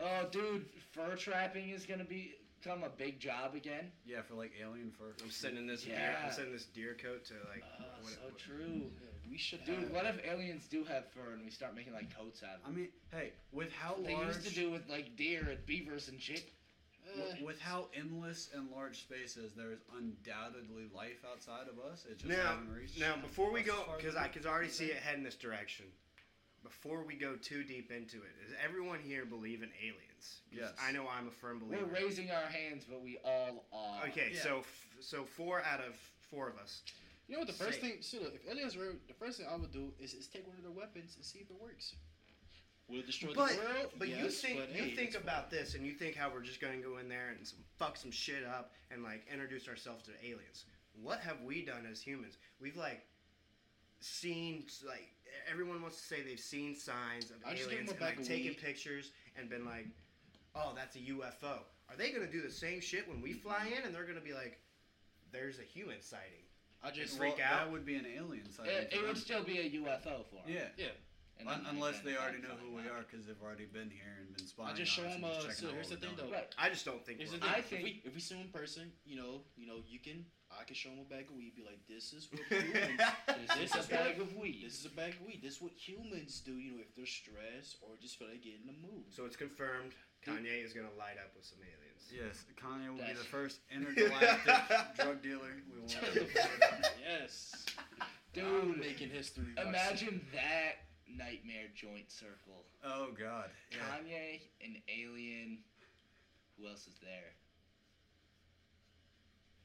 Speaker 3: oh, dude, fur trapping is gonna be become a big job again.
Speaker 4: Yeah, for like alien fur.
Speaker 1: I'm sending this deer,
Speaker 3: Yeah.
Speaker 1: I'm sending this deer coat to like.
Speaker 3: Oh,
Speaker 1: what-
Speaker 3: so
Speaker 1: what-
Speaker 3: true.
Speaker 2: Yeah, we should
Speaker 3: Dude,
Speaker 2: have-
Speaker 3: what if aliens do have fur and we start making like coats out
Speaker 4: I
Speaker 3: of it?
Speaker 4: mean, hey, with how
Speaker 3: They
Speaker 4: large,
Speaker 3: used to do with like deer and beavers and shit.
Speaker 4: wi-
Speaker 2: Eh,
Speaker 3: Uh,
Speaker 4: with how endless and large space is, there is undoubtedly life outside of us. It just
Speaker 1: Now,
Speaker 4: haven't reached.
Speaker 1: now before we
Speaker 4: us
Speaker 1: go,
Speaker 4: as far as
Speaker 1: because
Speaker 4: we-
Speaker 1: I could already see it heading this direction. Before we go too deep into it, does everyone here believe in aliens? 'Cause
Speaker 4: Yes.
Speaker 1: I know I'm a firm
Speaker 3: We're
Speaker 1: believer.
Speaker 3: raising our hands, but we all are.
Speaker 1: Okay,
Speaker 4: Yeah.
Speaker 1: so f- so four out of four of us.
Speaker 2: You know what the first
Speaker 1: Sick.
Speaker 2: thing? Shoot, if aliens were, the first thing I would do is, is take one of their weapons and see if it works. Will it destroy
Speaker 1: But-
Speaker 2: the world?
Speaker 1: But you
Speaker 2: Yes,
Speaker 1: think
Speaker 2: but
Speaker 1: you
Speaker 2: hey,
Speaker 1: think
Speaker 2: it's
Speaker 1: about
Speaker 2: fine.
Speaker 1: this, and you think how we're just going to go in there and some, fuck some shit up, and like introduce ourselves to aliens. What have we done as humans? We've like seen like everyone wants to say they've seen signs of
Speaker 2: I just give
Speaker 1: aliens and
Speaker 2: them a bag
Speaker 1: like
Speaker 2: of
Speaker 1: taken
Speaker 2: weed.
Speaker 1: pictures and been like, oh, that's a UFO. Are they going to do the same shit when we fly in? And they're going to be like, there's a human sighting.
Speaker 2: I just
Speaker 1: freak
Speaker 4: Well,
Speaker 1: out.
Speaker 4: That would be an alien sighting.
Speaker 3: It,
Speaker 4: for
Speaker 3: it would
Speaker 4: them.
Speaker 3: still be a UFO for 'em.
Speaker 4: Yeah.
Speaker 3: And
Speaker 4: Un-
Speaker 3: then
Speaker 4: unless they
Speaker 3: identify
Speaker 4: already
Speaker 3: and
Speaker 4: know who
Speaker 3: find
Speaker 4: we
Speaker 3: out.
Speaker 4: are because they've already been here and been spying.
Speaker 2: I just
Speaker 4: on
Speaker 2: show
Speaker 4: us and
Speaker 2: them. Uh,
Speaker 4: checking
Speaker 2: so
Speaker 4: out
Speaker 2: here's the
Speaker 4: what
Speaker 2: thing,
Speaker 4: we're
Speaker 2: though.
Speaker 4: doing.
Speaker 3: Right.
Speaker 1: I just don't think.
Speaker 2: Here's
Speaker 1: we're
Speaker 2: the
Speaker 1: aliens.
Speaker 2: thing.
Speaker 3: I
Speaker 2: if
Speaker 3: think-
Speaker 2: we if we see one person, you know, you know, you can I can show them a bag of weed. Be like, this is what humans.
Speaker 3: This is a bag of weed.
Speaker 2: this is a bag of weed. This is what humans do. You know, if they're stressed or just feel like getting in the mood.
Speaker 1: So it's confirmed. Kanye is going to light up with some aliens.
Speaker 4: Yes, Kanye will be
Speaker 3: That's-
Speaker 4: the first intergalactic drug dealer we will ever find out.
Speaker 2: yes, I'm
Speaker 3: Dude,
Speaker 2: making history. by
Speaker 3: imagine that nightmare joint circle.
Speaker 4: Oh God. Yeah.
Speaker 3: Kanye, an alien. Who else is there?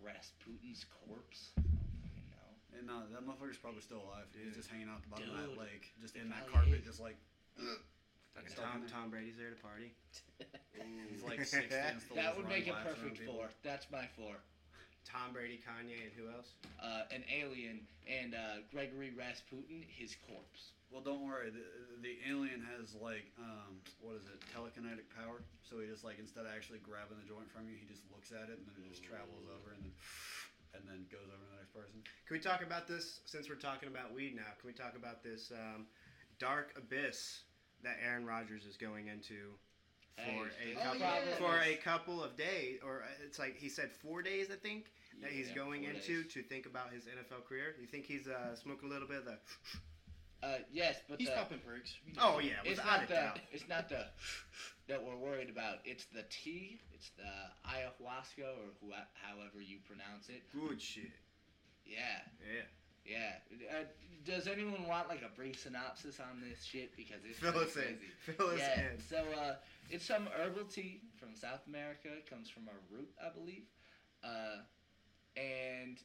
Speaker 3: Rasputin's corpse. I don't fucking know.
Speaker 4: And no, that motherfucker's probably still alive. He's just hanging out the bottom of
Speaker 3: Dude.
Speaker 4: that lake, just in
Speaker 3: He
Speaker 4: that
Speaker 3: probably
Speaker 4: carpet,
Speaker 3: is.
Speaker 4: just like.
Speaker 1: Fucking
Speaker 4: Stuck in
Speaker 1: Tom,
Speaker 4: there.
Speaker 1: Tom Brady's there to party.
Speaker 4: He's like 60 and still
Speaker 3: That
Speaker 4: just
Speaker 3: would
Speaker 4: running
Speaker 3: make a
Speaker 4: laps around
Speaker 3: perfect
Speaker 4: people.
Speaker 3: four. That's my four.
Speaker 1: Tom Brady, Kanye, and who else?
Speaker 3: Uh, an alien and uh, Gregory Rasputin, his corpse.
Speaker 4: Well, don't worry. The, the alien has like um, what is it? Telekinetic power. So he just like instead of actually grabbing the joint from you, he just looks at it and then it just travels over and then and then goes over to the next person.
Speaker 1: Can we talk about this since we're talking about weed now? Can we talk about this um, dark abyss that Aaron Rodgers is going into for
Speaker 3: Hey.
Speaker 1: a
Speaker 2: Oh,
Speaker 1: couple
Speaker 2: yeah.
Speaker 1: for a couple of days, or uh, it's like he said four days, I think, that he's
Speaker 3: Yeah,
Speaker 1: going
Speaker 3: four
Speaker 1: into
Speaker 3: days.
Speaker 1: to think about his NFL career. You think he's uh, smoking a little bit of the?
Speaker 3: Uh, yes, but
Speaker 2: He's
Speaker 3: the,
Speaker 2: popping perks. You know.
Speaker 1: Oh yeah,
Speaker 3: it's
Speaker 1: without a
Speaker 3: not the
Speaker 1: doubt.
Speaker 3: it's not the that we're worried about. It's the tea. It's the ayahuasca or who, however you pronounce it.
Speaker 1: Good shit.
Speaker 3: Yeah,
Speaker 1: Yeah.
Speaker 3: yeah. Uh, does anyone want like a brief synopsis on this shit? Because it's
Speaker 1: Fill
Speaker 3: pretty
Speaker 1: us in.
Speaker 3: crazy.
Speaker 1: Fill us
Speaker 3: yeah.
Speaker 1: in.
Speaker 3: So uh, it's some herbal tea from South America. It comes from a root, I believe, uh, and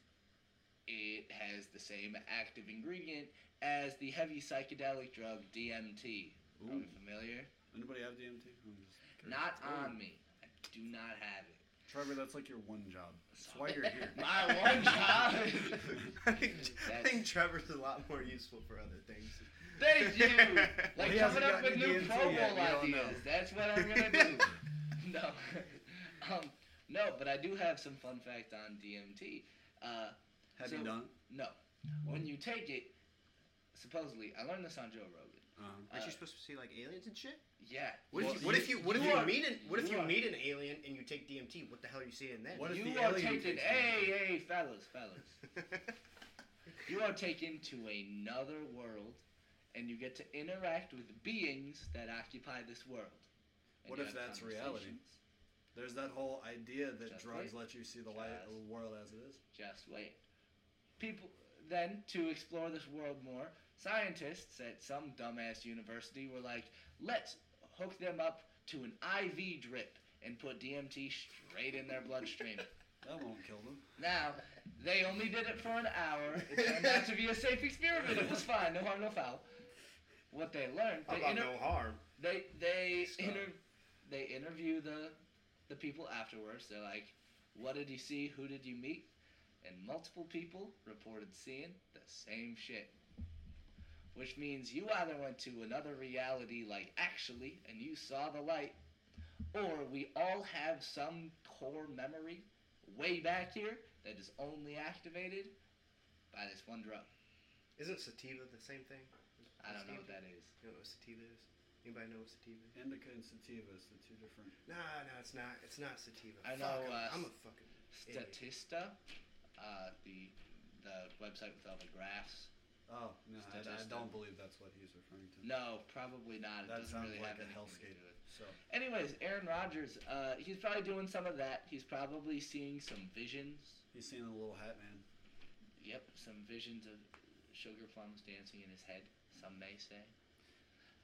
Speaker 3: it has the same active ingredient as the heavy psychedelic drug DMT. Are we
Speaker 4: Ooh.
Speaker 3: familiar?
Speaker 4: Anybody have DMT? I'm just curious.
Speaker 3: Not
Speaker 4: Ooh.
Speaker 3: on me. I do not have it.
Speaker 4: Trevor, that's like your one job. That's why you're here.
Speaker 3: My one job.
Speaker 1: I think, I think
Speaker 3: That's-
Speaker 1: Trevor's a lot more useful for other things.
Speaker 3: Thank you.
Speaker 4: Well,
Speaker 3: Like
Speaker 4: he
Speaker 3: coming
Speaker 4: hasn't
Speaker 3: up with
Speaker 4: gotten to
Speaker 3: new
Speaker 4: DMT
Speaker 3: Pro Bowl
Speaker 4: yet, we don't
Speaker 3: ideas.
Speaker 4: know.
Speaker 3: That's what I'm gonna do. no, um, no, but I do have some fun facts on DMT. Uh,
Speaker 4: Have
Speaker 3: So-
Speaker 4: you done?
Speaker 3: no, when you take it, supposedly, I learned this on Joe Rogan.
Speaker 4: Uh-huh.
Speaker 1: Aren't
Speaker 3: Uh,
Speaker 1: you supposed to see like aliens and shit?
Speaker 3: Yeah,
Speaker 1: What
Speaker 4: Well,
Speaker 1: if you, what
Speaker 4: you-
Speaker 1: if you what if
Speaker 3: you
Speaker 1: you
Speaker 3: are-
Speaker 1: meet an what if
Speaker 3: you
Speaker 1: you
Speaker 3: are-
Speaker 1: meet an alien and you take DMT? What the hell are you seeing then?
Speaker 4: What if
Speaker 3: you
Speaker 4: the
Speaker 3: are
Speaker 4: alien
Speaker 3: taken.
Speaker 4: takes
Speaker 3: Hey,
Speaker 4: DMT?
Speaker 3: hey, fellas, fellas. You are taken to another world, and you get to interact with beings that occupy this world. And
Speaker 4: What
Speaker 3: you
Speaker 4: if
Speaker 3: have
Speaker 4: that's reality?
Speaker 3: conversations.
Speaker 4: There's that whole idea that
Speaker 3: Just
Speaker 4: drugs
Speaker 3: wait.
Speaker 4: let you see the light of the
Speaker 3: Just-
Speaker 4: world as it is.
Speaker 3: Just wait. People then to explore this world more, scientists at some dumbass university were like, "Let's hook them up to an IV drip and put DMT straight in their bloodstream."
Speaker 4: That won't kill them.
Speaker 3: now, they only did it for an hour. It turned out to be a safe experiment. It was fine. No harm, no foul. What they learned,
Speaker 1: How
Speaker 3: they
Speaker 1: about
Speaker 3: inter-
Speaker 1: no harm?
Speaker 3: They they
Speaker 4: Stop.
Speaker 3: inter- they interview the the people afterwards. They're like, "What did you see? Who did you meet?" And multiple people reported seeing the same shit. Which means you either went to another reality, like actually, and you saw the light, or we all have some core memory way back here that is only activated by this one drug.
Speaker 1: Isn't sativa the same thing?
Speaker 3: I don't know what that is.
Speaker 1: You know what sativa is? Anybody know what sativa is?
Speaker 4: Indica and sativa is the two different.
Speaker 1: Nah, no, it's not. It's not sativa.
Speaker 3: I
Speaker 1: Fuck, I'm-
Speaker 3: know, uh,
Speaker 1: I'm a fucking. Idiot.
Speaker 3: Statista, uh, the the website with all the graphs.
Speaker 4: Oh no, I, I
Speaker 3: Statista.
Speaker 4: don't believe that's what he's referring to.
Speaker 3: No, probably not. It
Speaker 4: that
Speaker 3: doesn't
Speaker 4: sounds
Speaker 3: really
Speaker 4: like
Speaker 3: have
Speaker 4: a
Speaker 3: anything to
Speaker 4: hellscape.
Speaker 3: do with
Speaker 4: So
Speaker 3: it. Anyways, Aaron Rodgers, uh, he's probably doing some of that. He's probably seeing some visions.
Speaker 4: he's seeing the little hat man.
Speaker 3: Yep, some visions of sugar plums dancing in his head. Some may say,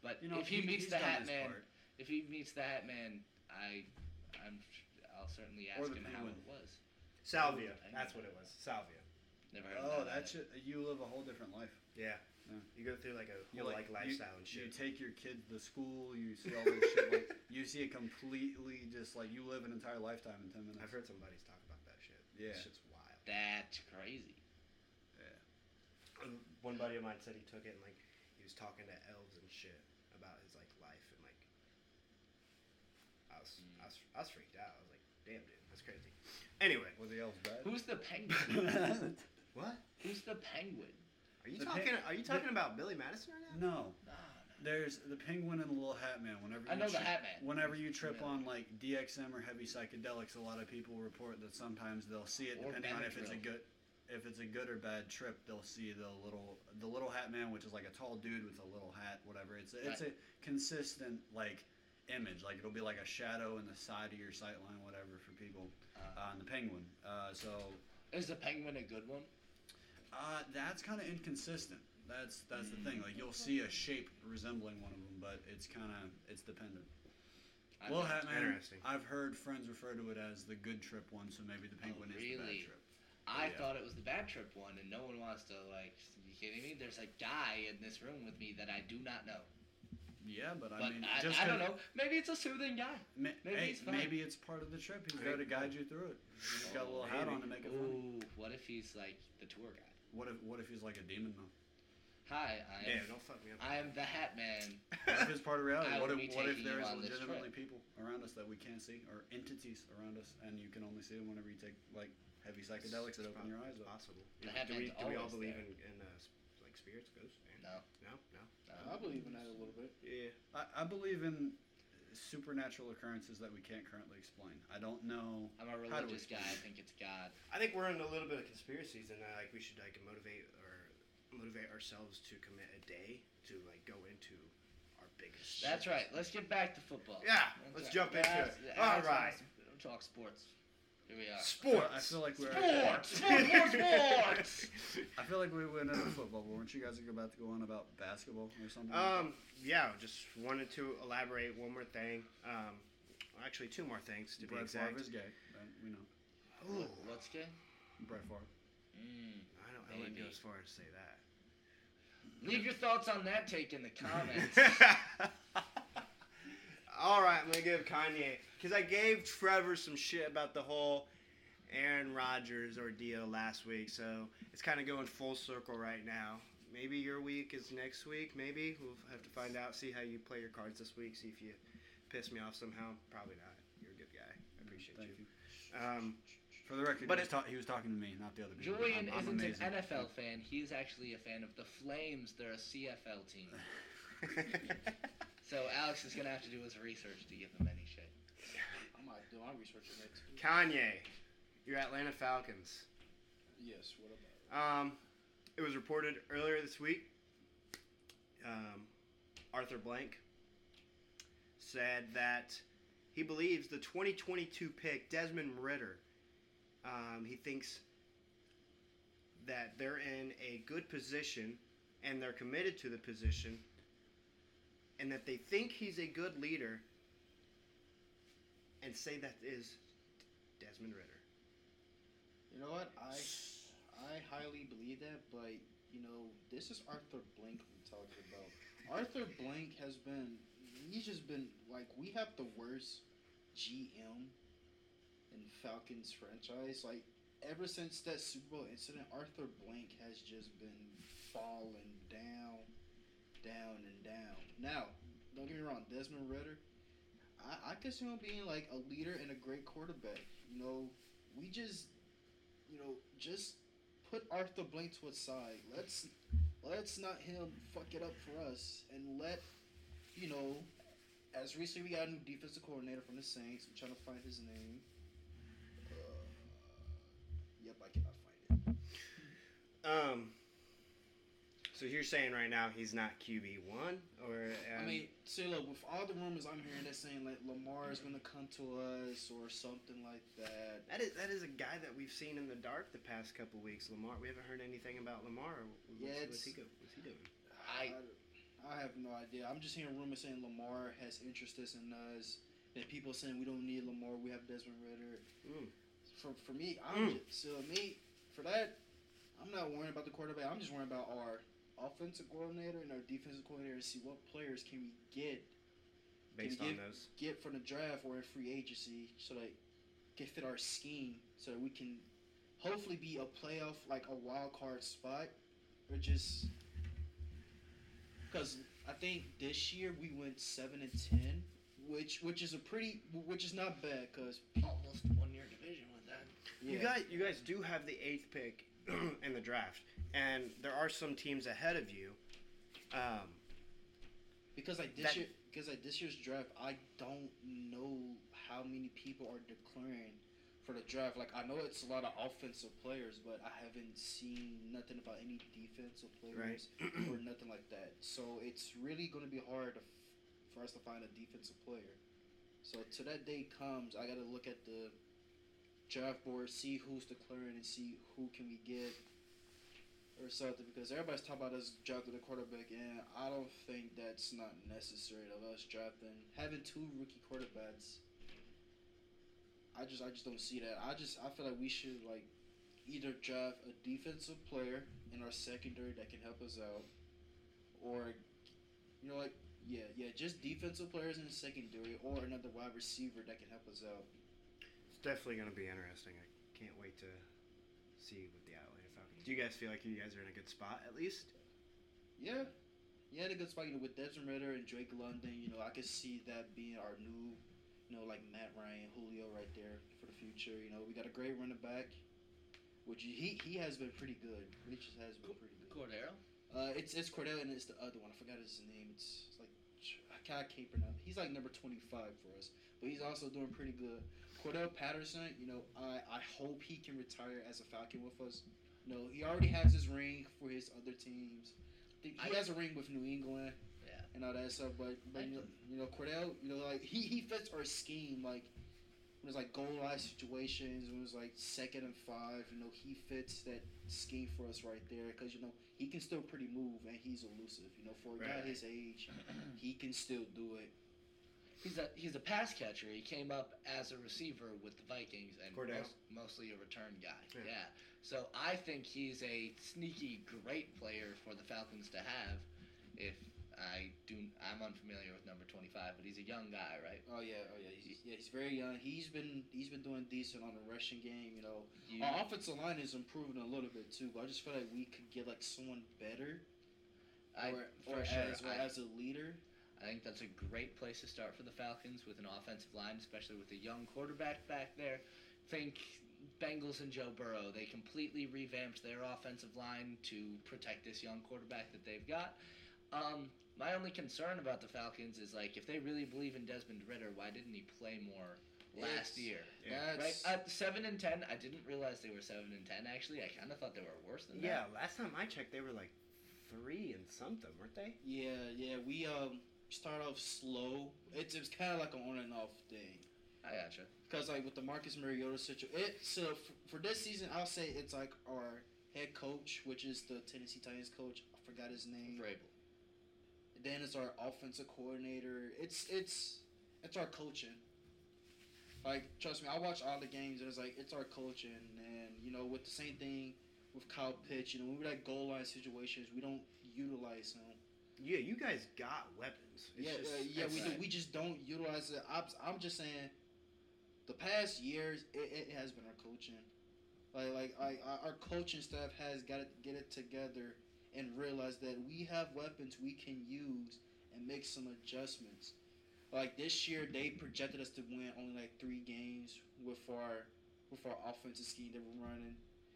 Speaker 3: but
Speaker 4: You know,
Speaker 3: if he, meets
Speaker 4: he's
Speaker 3: the
Speaker 4: done
Speaker 3: Hat
Speaker 4: his
Speaker 3: Man,
Speaker 4: part.
Speaker 3: if he meets the Hat Man, I, I'm, I'll certainly
Speaker 4: Or
Speaker 3: ask
Speaker 4: the
Speaker 3: him how it
Speaker 4: Penguin.
Speaker 3: was.
Speaker 1: Salvia. That's what it was. Salvia.
Speaker 3: Never heard
Speaker 4: Oh,
Speaker 3: of that.
Speaker 4: that shit! You live a whole different life.
Speaker 1: Yeah.
Speaker 4: Yeah.
Speaker 1: You go through like a
Speaker 4: You
Speaker 1: whole like,
Speaker 4: you-
Speaker 1: lifestyle and
Speaker 4: You
Speaker 1: shit.
Speaker 4: take your kid to school. You see all this shit. Like, you see it completely. Just like you live an entire lifetime in ten minutes.
Speaker 1: I've heard some buddies talk about that shit.
Speaker 4: Yeah.
Speaker 1: That shit's wild.
Speaker 3: That's crazy.
Speaker 1: Um, one buddy of mine said he took it and like he was talking to elves and shit about his like life and like I was
Speaker 4: Mm.
Speaker 1: I was I was freaked out. I was like, damn dude, that's crazy. Anyway,
Speaker 4: Were the elves bad?
Speaker 3: Who's the penguin?
Speaker 1: what
Speaker 3: Who's the penguin?
Speaker 1: are you
Speaker 4: The
Speaker 1: talking?
Speaker 4: pig-
Speaker 1: are you talking about Billy Madison right now?
Speaker 4: no,
Speaker 3: Ah,
Speaker 4: there's the penguin and the little hat man. Whenever
Speaker 3: I
Speaker 4: you
Speaker 3: know the
Speaker 4: tri-
Speaker 3: Hat Man.
Speaker 4: Whenever you trip
Speaker 3: Yeah.
Speaker 4: on like DXM or heavy psychedelics, a lot of people report that sometimes they'll see it
Speaker 3: Or
Speaker 4: depending on if it's a
Speaker 3: Benadryl.
Speaker 4: good if it's a good or bad trip, they'll see the little the little hat man, which is like a tall dude with a little hat, whatever. It's it's a consistent like image. Like it'll be like a shadow in the side of your sight line, whatever for people.
Speaker 3: Uh,
Speaker 4: Uh, and the penguin. Uh, so
Speaker 3: is the penguin a good one?
Speaker 4: uh, that's kind of inconsistent. That's that's the
Speaker 3: Mm.
Speaker 4: thing. Like you'll see a shape resembling one of them, but it's kind of it's dependent.
Speaker 3: I
Speaker 4: Well,
Speaker 3: don't-
Speaker 4: Hat Man,
Speaker 1: Interesting.
Speaker 4: I've heard friends refer to it as the good trip one, so maybe the
Speaker 3: Oh,
Speaker 4: penguin is the bad
Speaker 3: really?
Speaker 4: trip.
Speaker 3: I
Speaker 4: yeah.
Speaker 3: thought it was the bad trip one, and no one wants to like. You kidding me? There's a guy in this room with me that I do not know.
Speaker 4: Yeah, but I
Speaker 3: but
Speaker 4: mean,
Speaker 3: I,
Speaker 4: just
Speaker 3: I, don't
Speaker 4: 'cause-
Speaker 3: know. Maybe it's a soothing guy.
Speaker 4: Ma-
Speaker 3: Maybe
Speaker 4: hey,
Speaker 3: he's fine.
Speaker 4: maybe it's part of the trip. He's there to guide you through it. He's got a
Speaker 3: Oh,
Speaker 4: little hat on to make it funny.
Speaker 3: Ooh, what if he's like the tour guide?
Speaker 4: What if what if he's like a demon though?
Speaker 3: Hi, I am.
Speaker 1: Damn, don't fuck me up.
Speaker 3: I am the Hat Man.
Speaker 4: What if it's part of reality?
Speaker 3: I
Speaker 4: What
Speaker 3: will
Speaker 4: if,
Speaker 3: be
Speaker 4: what if
Speaker 3: taking you
Speaker 4: there's
Speaker 3: on this trip.
Speaker 4: legitimately people around us that we can't see, or entities around us, and you can only see them whenever you take like heavy psychedelics that open your eyes
Speaker 1: It's
Speaker 4: up?
Speaker 1: possible. Do-
Speaker 3: The hat
Speaker 1: do we,
Speaker 3: man's
Speaker 1: do we all
Speaker 3: always
Speaker 1: believe
Speaker 3: there.
Speaker 1: in, in uh, s- like spirits, ghosts? man?
Speaker 3: No,
Speaker 1: No, no.
Speaker 3: no.
Speaker 2: I believe in that a little bit.
Speaker 1: Yeah.
Speaker 4: I, I believe in supernatural occurrences that we can't currently explain. I don't know.
Speaker 3: I'm a
Speaker 4: do we-
Speaker 3: religious guy. I think it's God.
Speaker 1: I think we're in a little bit of conspiracies, and uh, like we should like motivate or motivate ourselves to commit a day to like go into our biggest.
Speaker 3: That's right. Let's get back to football.
Speaker 1: Yeah,
Speaker 3: That's
Speaker 1: let's
Speaker 3: right.
Speaker 1: jump into
Speaker 3: That's-
Speaker 1: it.
Speaker 3: that's-
Speaker 1: All right.
Speaker 3: let's Talk sports. Here we are.
Speaker 1: Sports.
Speaker 4: I feel like we're.
Speaker 3: Sports. Sports. Sports. Sports.
Speaker 4: I feel like we went into football, but weren't you guys about to go on about basketball or something?
Speaker 1: Um, yeah, just wanted to elaborate one more thing. Um, actually, two more things to be
Speaker 4: Brett
Speaker 1: exact.
Speaker 4: Favre is gay. Right? We know.
Speaker 1: Ooh,
Speaker 3: What- What's good?
Speaker 4: Brett Favre.
Speaker 3: Mm.
Speaker 1: I don't. I wouldn't go
Speaker 3: Maybe.
Speaker 1: as far as say that.
Speaker 3: Leave your thoughts on that take in the comments.
Speaker 1: All right, I'm gonna give Kanye because I gave Trevor some shit about the whole Aaron Rodgers ordeal last week, so it's kind of going full circle right now. Maybe your week is next week. Maybe we'll have to find out. See how you play your cards this week. See if you piss me off somehow. Probably not. You're a good guy. I appreciate
Speaker 4: Thank you.
Speaker 1: you. Um,
Speaker 4: For the record,
Speaker 1: But
Speaker 4: he, was ta- he was talking to me, not the other people.
Speaker 3: Julian
Speaker 4: I'm- I'm
Speaker 3: isn't
Speaker 4: amazing.
Speaker 3: an NFL fan. He is actually a fan of the Flames. They're a CFL team. So Alex is gonna have to do his research to give them any shit.
Speaker 2: I might do my research on that too.
Speaker 1: Kanye, your Atlanta Falcons.
Speaker 2: Yes, what about?
Speaker 1: Um, it was reported earlier this week. Um, Arthur Blank said that he believes the 2022 pick, Desmond Ritter, um, he thinks that they're in a good position and they're committed to the position and that they think he's a good leader and say that is Desmond Ritter.
Speaker 2: You know what? I I highly believe that, but you know, this is Arthur Blank I'm talking about. Arthur Blank has been he's just been like we have the worst GM in Falcons franchise. Like ever since that Super Bowl incident, Arthur Blank has just been falling down, down and down. Now, don't get me wrong, Desmond Ritter, I, I could see him being like a leader and a great quarterback. You know, we just you know, just put Arthur Blank to a side. Let's let's not him fuck it up for us and let you know as recently we got a new defensive coordinator from the Saints. I'm trying to find his name. Uh, yep, I cannot find it.
Speaker 1: Um. So you're saying right now he's not QB one, or um,
Speaker 2: I mean, see, look, with all the rumors I'm hearing, they're saying like Lamar is gonna come to us or something like that.
Speaker 1: that is that is a guy that we've seen in the dark the past couple weeks. Lamar, we haven't heard anything about Lamar. What's,
Speaker 2: Yeah,
Speaker 1: what's
Speaker 2: it's-
Speaker 1: he go, what's he doing?
Speaker 3: I-
Speaker 2: I have no idea. I'm just hearing rumors saying Lamar has interest in us, and people saying we don't need Lamar. We have Desmond Ritter.
Speaker 1: Mm.
Speaker 2: For for me, I'm
Speaker 1: Mm.
Speaker 2: just, so me for that. I'm not worrying about the quarterback. I'm just worrying about our offensive coordinator and our defensive coordinator and see what players can we get
Speaker 1: Based
Speaker 2: Can
Speaker 1: on
Speaker 2: give-
Speaker 1: those,
Speaker 2: get from the draft or in free agency so that can fit our scheme so that we can hopefully be a playoff like a wild card spot or just because I think this year we went seven and ten, which which is a pretty which is not bad because
Speaker 3: almost won your division with that.
Speaker 1: you guys, you guys do have the eighth pick in the draft, and there are some teams ahead of you. Um,
Speaker 2: Because like this
Speaker 1: That-
Speaker 2: year, because like this year's draft, I don't know how many people are declaring for the draft. Like I know it's a lot of offensive players, but I haven't seen nothing about any defensive players or nothing like that. So it's really going to be hard to f- for us to find a defensive player. So till that day comes, I got to look at the draft board, see who's declaring, and see who can we get or something because everybody's talking about us drafting a quarterback, and I don't think that's not necessary of us drafting having two rookie quarterbacks. I just I just don't see that. I just I feel like we should like either draft a defensive player in our secondary that can help us out, or you know like Yeah, yeah, just defensive players in the secondary or another wide receiver that can help us out.
Speaker 1: It's definitely going to be interesting. I can't wait to see what the Atlanta Falcons. Do you guys feel like you guys are in a good spot at least?
Speaker 2: Yeah. Yeah, the good spot, you know, with Desmond Ritter and Drake London, you know, I could see that being our new, you know, like Matt Ryan, Julio right there for the future. You know, we got a great running back, which he he has been pretty good. Richards has been pretty good.
Speaker 3: Cordero?
Speaker 2: Uh, it's it's Cordell and it's the other one. I forgot his name. It's, it's like I can't, I can't pronounce. He's like number twenty five for us, but he's also doing pretty good. Cordell Patterson, you know, I I hope he can retire as a Falcon with us. You know, he already has his ring for his other teams. I think He
Speaker 3: I-
Speaker 2: has a ring with New England
Speaker 3: Yeah.
Speaker 2: and all that stuff. But but you know, you know Cordell, you know like he, he fits our scheme like when it's like goal line situations when it's like second and five. You know he fits that scheme for us right there because you know he can still pretty move and he's elusive. You know for a
Speaker 1: Right.
Speaker 2: guy his age, he can still do it.
Speaker 3: He's a he's a pass catcher. He came up as a receiver with the Vikings and
Speaker 1: Cordell.
Speaker 3: most, mostly a return guy.
Speaker 1: Yeah.
Speaker 3: Yeah. So I think he's a sneaky great player for the Falcons to have. If I do, I'm unfamiliar with number 25, but he's a young guy, right?
Speaker 2: Oh yeah, oh yeah, he's, yeah. He's very young. He's been he's been doing decent on the rushing game. You know
Speaker 3: You,
Speaker 2: our offensive line is improving a little bit too, but I just feel like we could get like someone better
Speaker 3: I,
Speaker 2: or,
Speaker 3: for
Speaker 2: or
Speaker 3: sure.
Speaker 2: as, or
Speaker 3: I-
Speaker 2: as a leader.
Speaker 3: I think that's a great place to start for the Falcons with an offensive line, especially with a young quarterback back there. Think Bengals and Joe Burrow. They completely revamped their offensive line to protect this young quarterback that they've got. Um, my only concern about the Falcons is like if they really believe in Desmond Ritter, why didn't he play more last
Speaker 2: It's-
Speaker 3: year?
Speaker 1: Yeah.
Speaker 3: Right
Speaker 2: That's-
Speaker 3: at seven and ten, I didn't realize they were seven and ten. Actually, I kind of thought they were worse than
Speaker 1: Yeah,
Speaker 3: that.
Speaker 1: last time I checked, they were like three and something, weren't they?
Speaker 2: Yeah, yeah. We um start off slow. It's it's kind of like an on and off thing.
Speaker 3: I gotcha.
Speaker 2: Cause like with the Marcus Mariota situation, it so f- for this season I'll say it's like our head coach, which is the Tennessee Titans coach. I forgot his name.
Speaker 3: Vrabel.
Speaker 2: Then it's our offensive coordinator. It's it's it's our coaching. Like trust me, I watch all the games and it's like it's our coaching, and you know with the same thing with Kyle Pitts, you know when we like goal line situations, we don't utilize him.
Speaker 1: Yeah, you guys got weapons. It's
Speaker 2: yeah,
Speaker 1: just,
Speaker 2: uh, yeah, we do.
Speaker 1: it's-
Speaker 2: We just don't utilize it. I'm, I'm just saying, the past years it, it has been our coaching, like like I, I, our coaching staff has got to get it together and realize that we have weapons we can use and make some adjustments. Like this year, they projected us to win only like three games with our with our offensive scheme that we're running.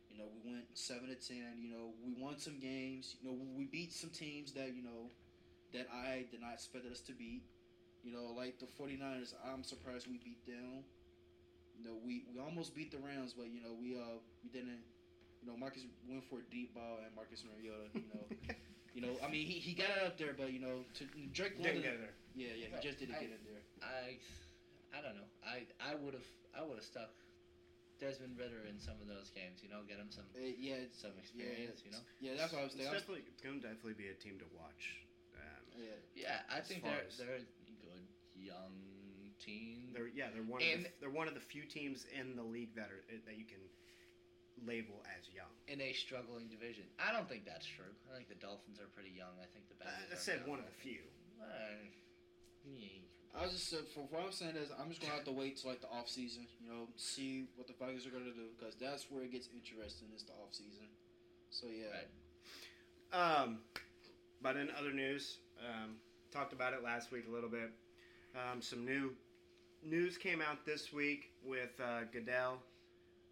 Speaker 2: You know, we went seven to ten. You know, we won some games. You know, we beat some teams that you know that I did not expect us to beat. You know, like the 49ers, I'm surprised we beat them. You know, we, we almost beat the Rams, but you know we uh we didn't. You know, Marcus went for a deep ball and Marcus Mariota. You know, you know, I mean he, he got it up there, but you know to Drake
Speaker 1: Didn't
Speaker 2: London.
Speaker 1: get there.
Speaker 2: Yeah, yeah, he just didn't
Speaker 3: I-
Speaker 2: get in there.
Speaker 3: I, I don't know. I I would have I would have stuck Desmond Ritter in some of those games. You know, get him some
Speaker 2: Uh, yeah, it's,
Speaker 3: some
Speaker 2: yeah,
Speaker 3: experience. You know.
Speaker 2: yeah, that's what I was
Speaker 1: It's
Speaker 2: thinking. I was-
Speaker 1: definitely it's gonna definitely be a team to watch. Um,
Speaker 2: yeah.
Speaker 3: Yeah, I
Speaker 1: As
Speaker 3: think
Speaker 1: far
Speaker 3: they're
Speaker 1: as-
Speaker 3: they're a good young team.
Speaker 1: they're yeah they're one of the,
Speaker 3: And-
Speaker 1: f- they're one of the few teams in the league that are that you can label as young.
Speaker 3: in a struggling division. I don't think that's true. I think the Dolphins are pretty young. I think the
Speaker 1: I, I
Speaker 3: Bengals. are
Speaker 1: said
Speaker 3: young.
Speaker 1: Uh, one of the few.
Speaker 3: Uh, yeah.
Speaker 2: I was just uh, for what I'm saying is I'm just gonna have to wait till like the off season, you know, see what the Vikings are gonna do because that's where it gets interesting is the off season. So yeah,
Speaker 3: Right.
Speaker 1: Um, but in other news, um, talked about it last week a little bit. Um, some new news came out this week with uh, Goodell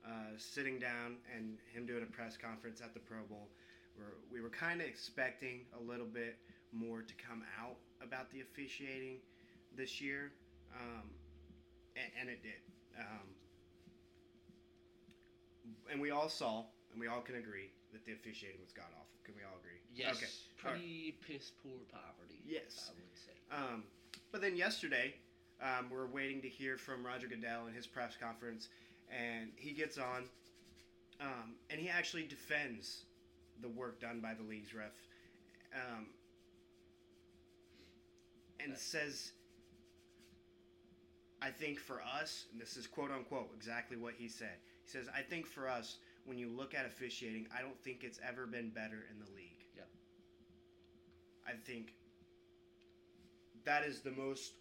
Speaker 1: uh, sitting down and him doing a press conference at the Pro Bowl. Where we were kind of expecting a little bit more to come out about the officiating this year, um, and, and it did. Um, and we all saw, and we all can agree that the officiating was god awful. Can we all agree?
Speaker 3: Yes.
Speaker 1: Okay.
Speaker 3: Pretty piss poor poverty.
Speaker 1: Yes.
Speaker 3: I would say.
Speaker 1: Um, but then yesterday, um, we're waiting to hear from Roger Goodell in his press conference, and he gets on, um, and he actually defends the work done by the league's ref, um, and
Speaker 3: Right.
Speaker 1: says, "I think for us, and this is quote unquote exactly what he said. He says, I think for us." When you look at officiating, I don't think it's ever been better in the league.
Speaker 3: Yep.
Speaker 1: I think that is the most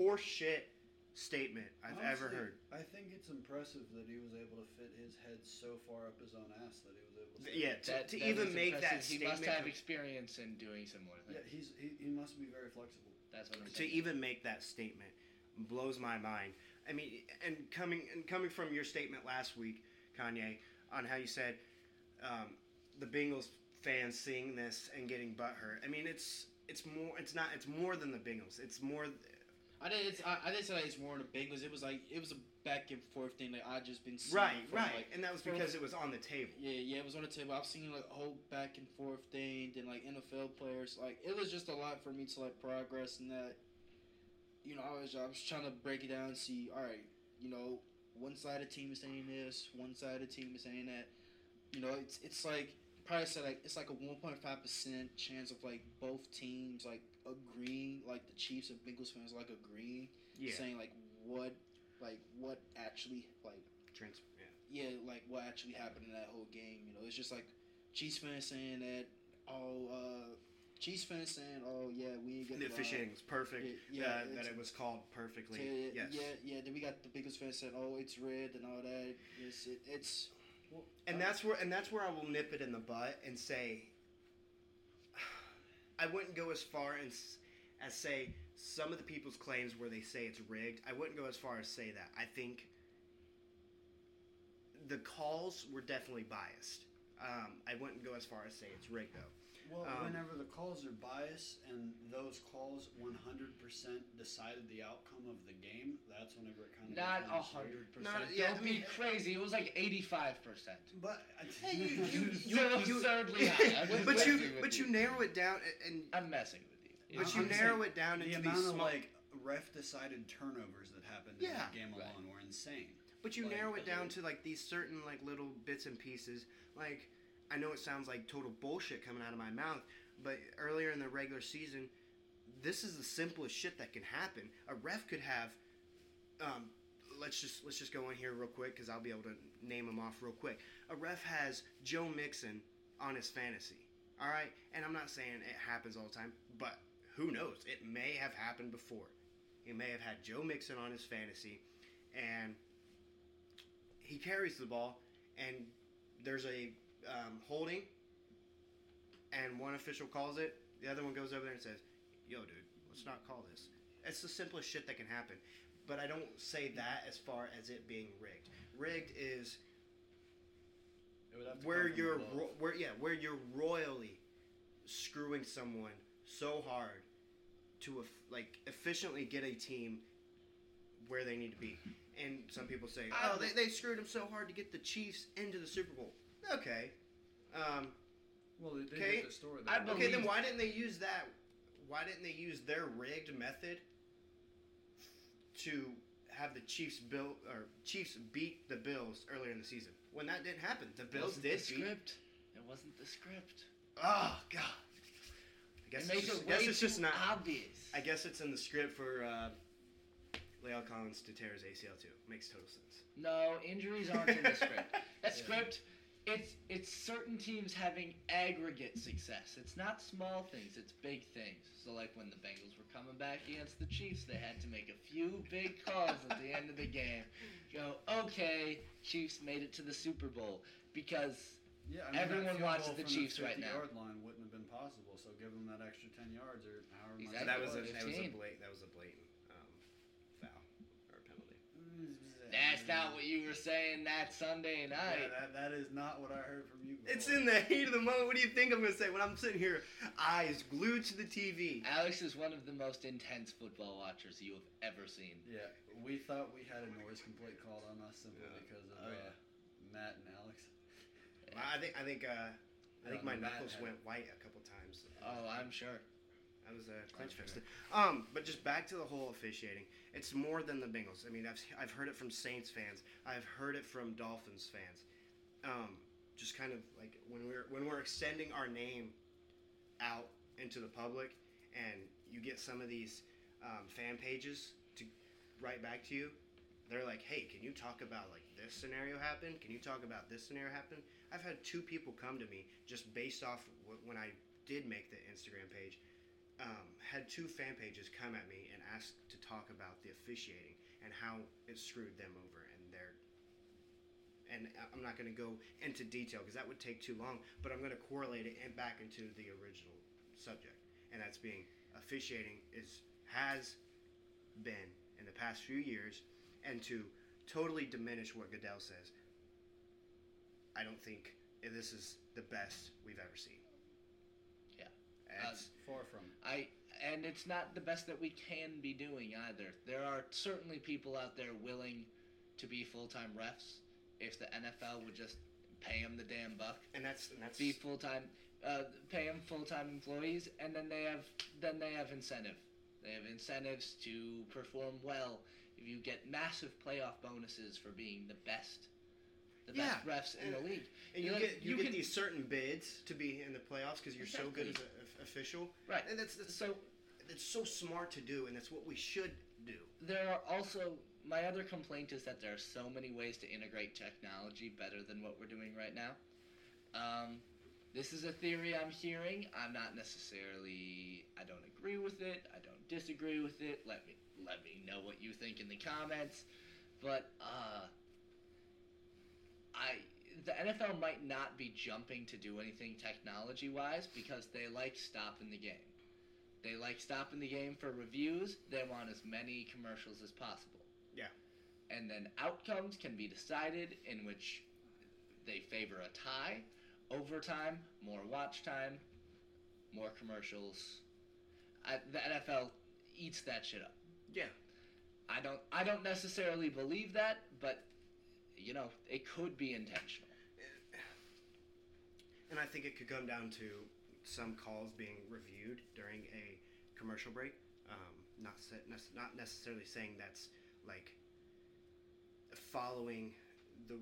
Speaker 1: horseshit statement I've ever
Speaker 4: Honestly,
Speaker 1: heard.
Speaker 4: I think it's impressive that he was able to fit his head so far up his own ass that he was able.
Speaker 1: Th-
Speaker 4: to
Speaker 1: Yeah, to,
Speaker 3: That-
Speaker 1: to
Speaker 3: that
Speaker 1: even
Speaker 3: is
Speaker 1: make that
Speaker 3: impressive. He
Speaker 1: statement,
Speaker 3: must have
Speaker 1: com-
Speaker 3: experience in doing similar
Speaker 4: yeah.
Speaker 3: things.
Speaker 4: He's he, he must be very flexible.
Speaker 3: That's what I'm
Speaker 1: to
Speaker 3: saying.
Speaker 1: even make that statement blows my mind. I mean, and coming and coming from your statement last week, Kanye, on how you said um, the Bengals fans seeing this and getting butthurt. I mean, it's it's more. It's not. It's more than the Bengals. It's more.
Speaker 2: I didn't. It's, I, I didn't say that it's more on the Bengals. It was like it was a back and forth thing that I just been seeing
Speaker 1: Right,
Speaker 2: from,
Speaker 1: right.
Speaker 2: like,
Speaker 1: and that was
Speaker 2: from-
Speaker 1: because it was on the table.
Speaker 2: Yeah, yeah, it was on the table. I've seen like a whole back and forth thing, then like NFL players. Like it was just a lot for me to like progress in that. You know, I was I was trying to break it down and see. All right, you know, one side of the team is saying this, one side of the team is saying that. You know, it's it's like probably say like it's like a one point five percent chance of like both teams like agreeing, like the Chiefs and Bengals fans like agreeing,
Speaker 1: Yeah.
Speaker 2: saying like what, like what actually like
Speaker 1: Trans- yeah.
Speaker 2: yeah, like what actually happened in that whole game. You know, it's just like Chiefs fans saying that, oh, uh, Chiefs fans saying, oh yeah, we ain't getting
Speaker 1: The
Speaker 2: robbed.
Speaker 1: officiating was perfect.
Speaker 2: Yeah,
Speaker 1: Yeah,
Speaker 2: yeah,
Speaker 1: that
Speaker 2: it's-
Speaker 1: it was called
Speaker 2: So,
Speaker 1: perfectly.
Speaker 2: yeah,
Speaker 1: yes.
Speaker 2: yeah, yeah. Then we got the biggest fans saying, oh, it's red and all that. It's it, it's
Speaker 1: And that's where and that's where I will nip it in the butt and say I wouldn't go as far and s- as say some of the people's claims where they say it's rigged. I wouldn't go as far as say that. I think the calls were definitely biased. Um, I wouldn't go as far as say it's rigged though.
Speaker 4: Well,
Speaker 1: Um,
Speaker 4: whenever the calls are biased and those calls 100% decided the outcome of the game, that's whenever it kind of
Speaker 3: Not
Speaker 4: becomes
Speaker 3: a hundred percent.
Speaker 1: Not- yeah,
Speaker 3: Don't
Speaker 1: I mean-
Speaker 3: be crazy. It was like eighty-five percent.
Speaker 4: But I,
Speaker 1: Hey, you- you-
Speaker 3: You absurdly high. I'm
Speaker 1: But you
Speaker 3: messing with
Speaker 1: but you narrow it down a- and,
Speaker 3: I'm messing with you.
Speaker 1: but you
Speaker 4: I'm saying
Speaker 1: narrow Uh-huh. it down
Speaker 4: the
Speaker 1: into
Speaker 4: amount
Speaker 1: these
Speaker 4: of
Speaker 1: small,
Speaker 4: like ref decided turnovers that happened in
Speaker 1: Yeah.
Speaker 4: that game
Speaker 3: Right.
Speaker 4: alone were insane.
Speaker 1: But you
Speaker 4: Like,
Speaker 1: narrow it
Speaker 4: uh,
Speaker 1: down to like these certain like little bits and pieces. Like I know it sounds like total bullshit coming out of my mouth, but earlier in the regular season, this is the simplest shit that can happen. A ref could have, um, let's just let's just go in here real quick because I'll be able to name them off real quick. A ref has Joe Mixon on his fantasy. All right, and I'm not saying it happens all the time, but who knows? It may have happened before. He may have had Joe Mixon on his fantasy, and he carries the ball, and there's a um, holding, and one official calls it. The other one goes over there and says, "Yo, dude, let's not call this." It's the simplest shit that can happen. But I don't say that as far as it being rigged. Rigged is
Speaker 4: It would have to
Speaker 1: where
Speaker 4: come from
Speaker 1: you're
Speaker 4: above.
Speaker 1: ro- where yeah where you're royally screwing someone so hard to eff- like efficiently get a team where they need to be and some people say oh they, they screwed him so hard to get the chiefs into the super bowl okay um,
Speaker 4: well, they did
Speaker 1: Okay,
Speaker 4: get the story.
Speaker 3: I
Speaker 4: that-
Speaker 1: okay then
Speaker 3: believe-
Speaker 1: why didn't they use that why didn't they use their rigged method to have the chiefs bill or chiefs beat the bills earlier in the season when that didn't happen the bills
Speaker 3: Wasn't
Speaker 1: did
Speaker 3: the
Speaker 1: beat
Speaker 3: script. It wasn't the script.
Speaker 1: Oh God. I guess
Speaker 3: It
Speaker 1: it's
Speaker 3: makes
Speaker 1: just,
Speaker 3: it
Speaker 1: guess
Speaker 3: way
Speaker 1: it's just
Speaker 3: too
Speaker 1: not.
Speaker 3: obvious.
Speaker 1: I guess it's in the script for uh, Leo Collins to tear his ACL too. Makes total sense.
Speaker 3: No, injuries aren't in the script. That script, it's it's certain teams having aggregate success. It's not small things, it's big things. So like when the Bengals were coming back against the Chiefs, they had to make a few big calls at the end of the game. Go, okay, Chiefs made it to the Super Bowl because
Speaker 4: yeah, I mean, that
Speaker 3: everyone
Speaker 4: field
Speaker 3: watches
Speaker 4: goal
Speaker 3: the
Speaker 4: from
Speaker 3: Chiefs right now.
Speaker 4: Yard line wouldn't have been possible, so give them that extra ten yards or however
Speaker 1: So
Speaker 3: Exactly.
Speaker 1: that
Speaker 4: much.
Speaker 1: was a that was a
Speaker 3: 15.
Speaker 1: blatant that was a blatant um, foul or penalty.
Speaker 3: that's not what you were saying that Sunday
Speaker 4: Mm-hmm.
Speaker 3: night.
Speaker 4: Yeah, that, that is not what I heard from you.
Speaker 1: It's
Speaker 4: before.
Speaker 1: in the heat of the moment. What do you think I'm gonna say when I'm sitting here, eyes glued to the TV?
Speaker 3: Alex is one of the most intense football watchers you have ever seen.
Speaker 4: Yeah, we thought we had a noise complaint called on us simply
Speaker 1: Yeah.
Speaker 4: because of
Speaker 3: Oh,
Speaker 4: uh,
Speaker 3: yeah.
Speaker 4: Matt and Alex.
Speaker 1: I think I think uh, I think my
Speaker 4: Yeah, Matt
Speaker 1: knuckles
Speaker 4: had-
Speaker 1: went white a couple times.
Speaker 3: Oh, I'm sure.
Speaker 1: That was a clinch fest. Um, but just back to the whole officiating. It's more than the Bengals. I mean, I've I've heard it from Saints fans. I've heard it from Dolphins fans. Um, just kind of like when we're when we're extending our name out into the public, and you get some of these um, fan pages to write back to you. They're like, hey, can you talk about like this scenario happened? Can you talk about this scenario happened? I've had two people come to me just based off wh- when I did make the Instagram page um, had two fan pages come at me and ask to talk about the officiating and how it screwed them over and their. And I- I'm not going to go into detail because that would take too long, but I'm going to correlate it and back into the original subject, and that's being officiating is has been in the past few years, and to totally diminish what Goodell says, I don't think this is the best we've ever seen.
Speaker 3: Yeah.
Speaker 1: That's-
Speaker 4: Uh, Far from.
Speaker 3: I and it's not the best that we can be doing either. There are certainly people out there willing to be full-time refs if the NFL would just pay them the damn buck,
Speaker 1: and that's and that's
Speaker 3: be full-time, uh, pay them full-time employees, and then they have then they have incentive. They have incentives to perform well. If you get massive playoff bonuses for being the best, the best refs in the league.
Speaker 1: and you
Speaker 3: like,
Speaker 1: get you,
Speaker 3: you
Speaker 1: get
Speaker 3: can-
Speaker 1: these certain bids to be in the playoffs because you're so good as
Speaker 3: Exactly.
Speaker 1: an official,
Speaker 3: Right.
Speaker 1: And that's, that's
Speaker 3: So
Speaker 1: that's so smart to do, and that's what we should do.
Speaker 3: there are also my other complaint is that there are so many ways to integrate technology better than what we're doing right now. Um, this is a theory I'm hearing. I'm not necessarily. I don't agree with it. I don't disagree with it. Let me let me know what you think in the comments. But uh, I the NFL might not be jumping to do anything technology wise because they like stopping the game. They like stopping the game for reviews. They want as many commercials as possible.
Speaker 1: Yeah.
Speaker 3: And then outcomes can be decided in which they favor a tie, overtime, more watch time, more commercials. I, the NFL eats that shit up.
Speaker 1: Yeah,
Speaker 3: I don't I don't necessarily believe that, but you know, it could be intentional.
Speaker 1: and I think it could come down to some calls being reviewed during a commercial break. Um, not se- nec- not necessarily saying that's like following the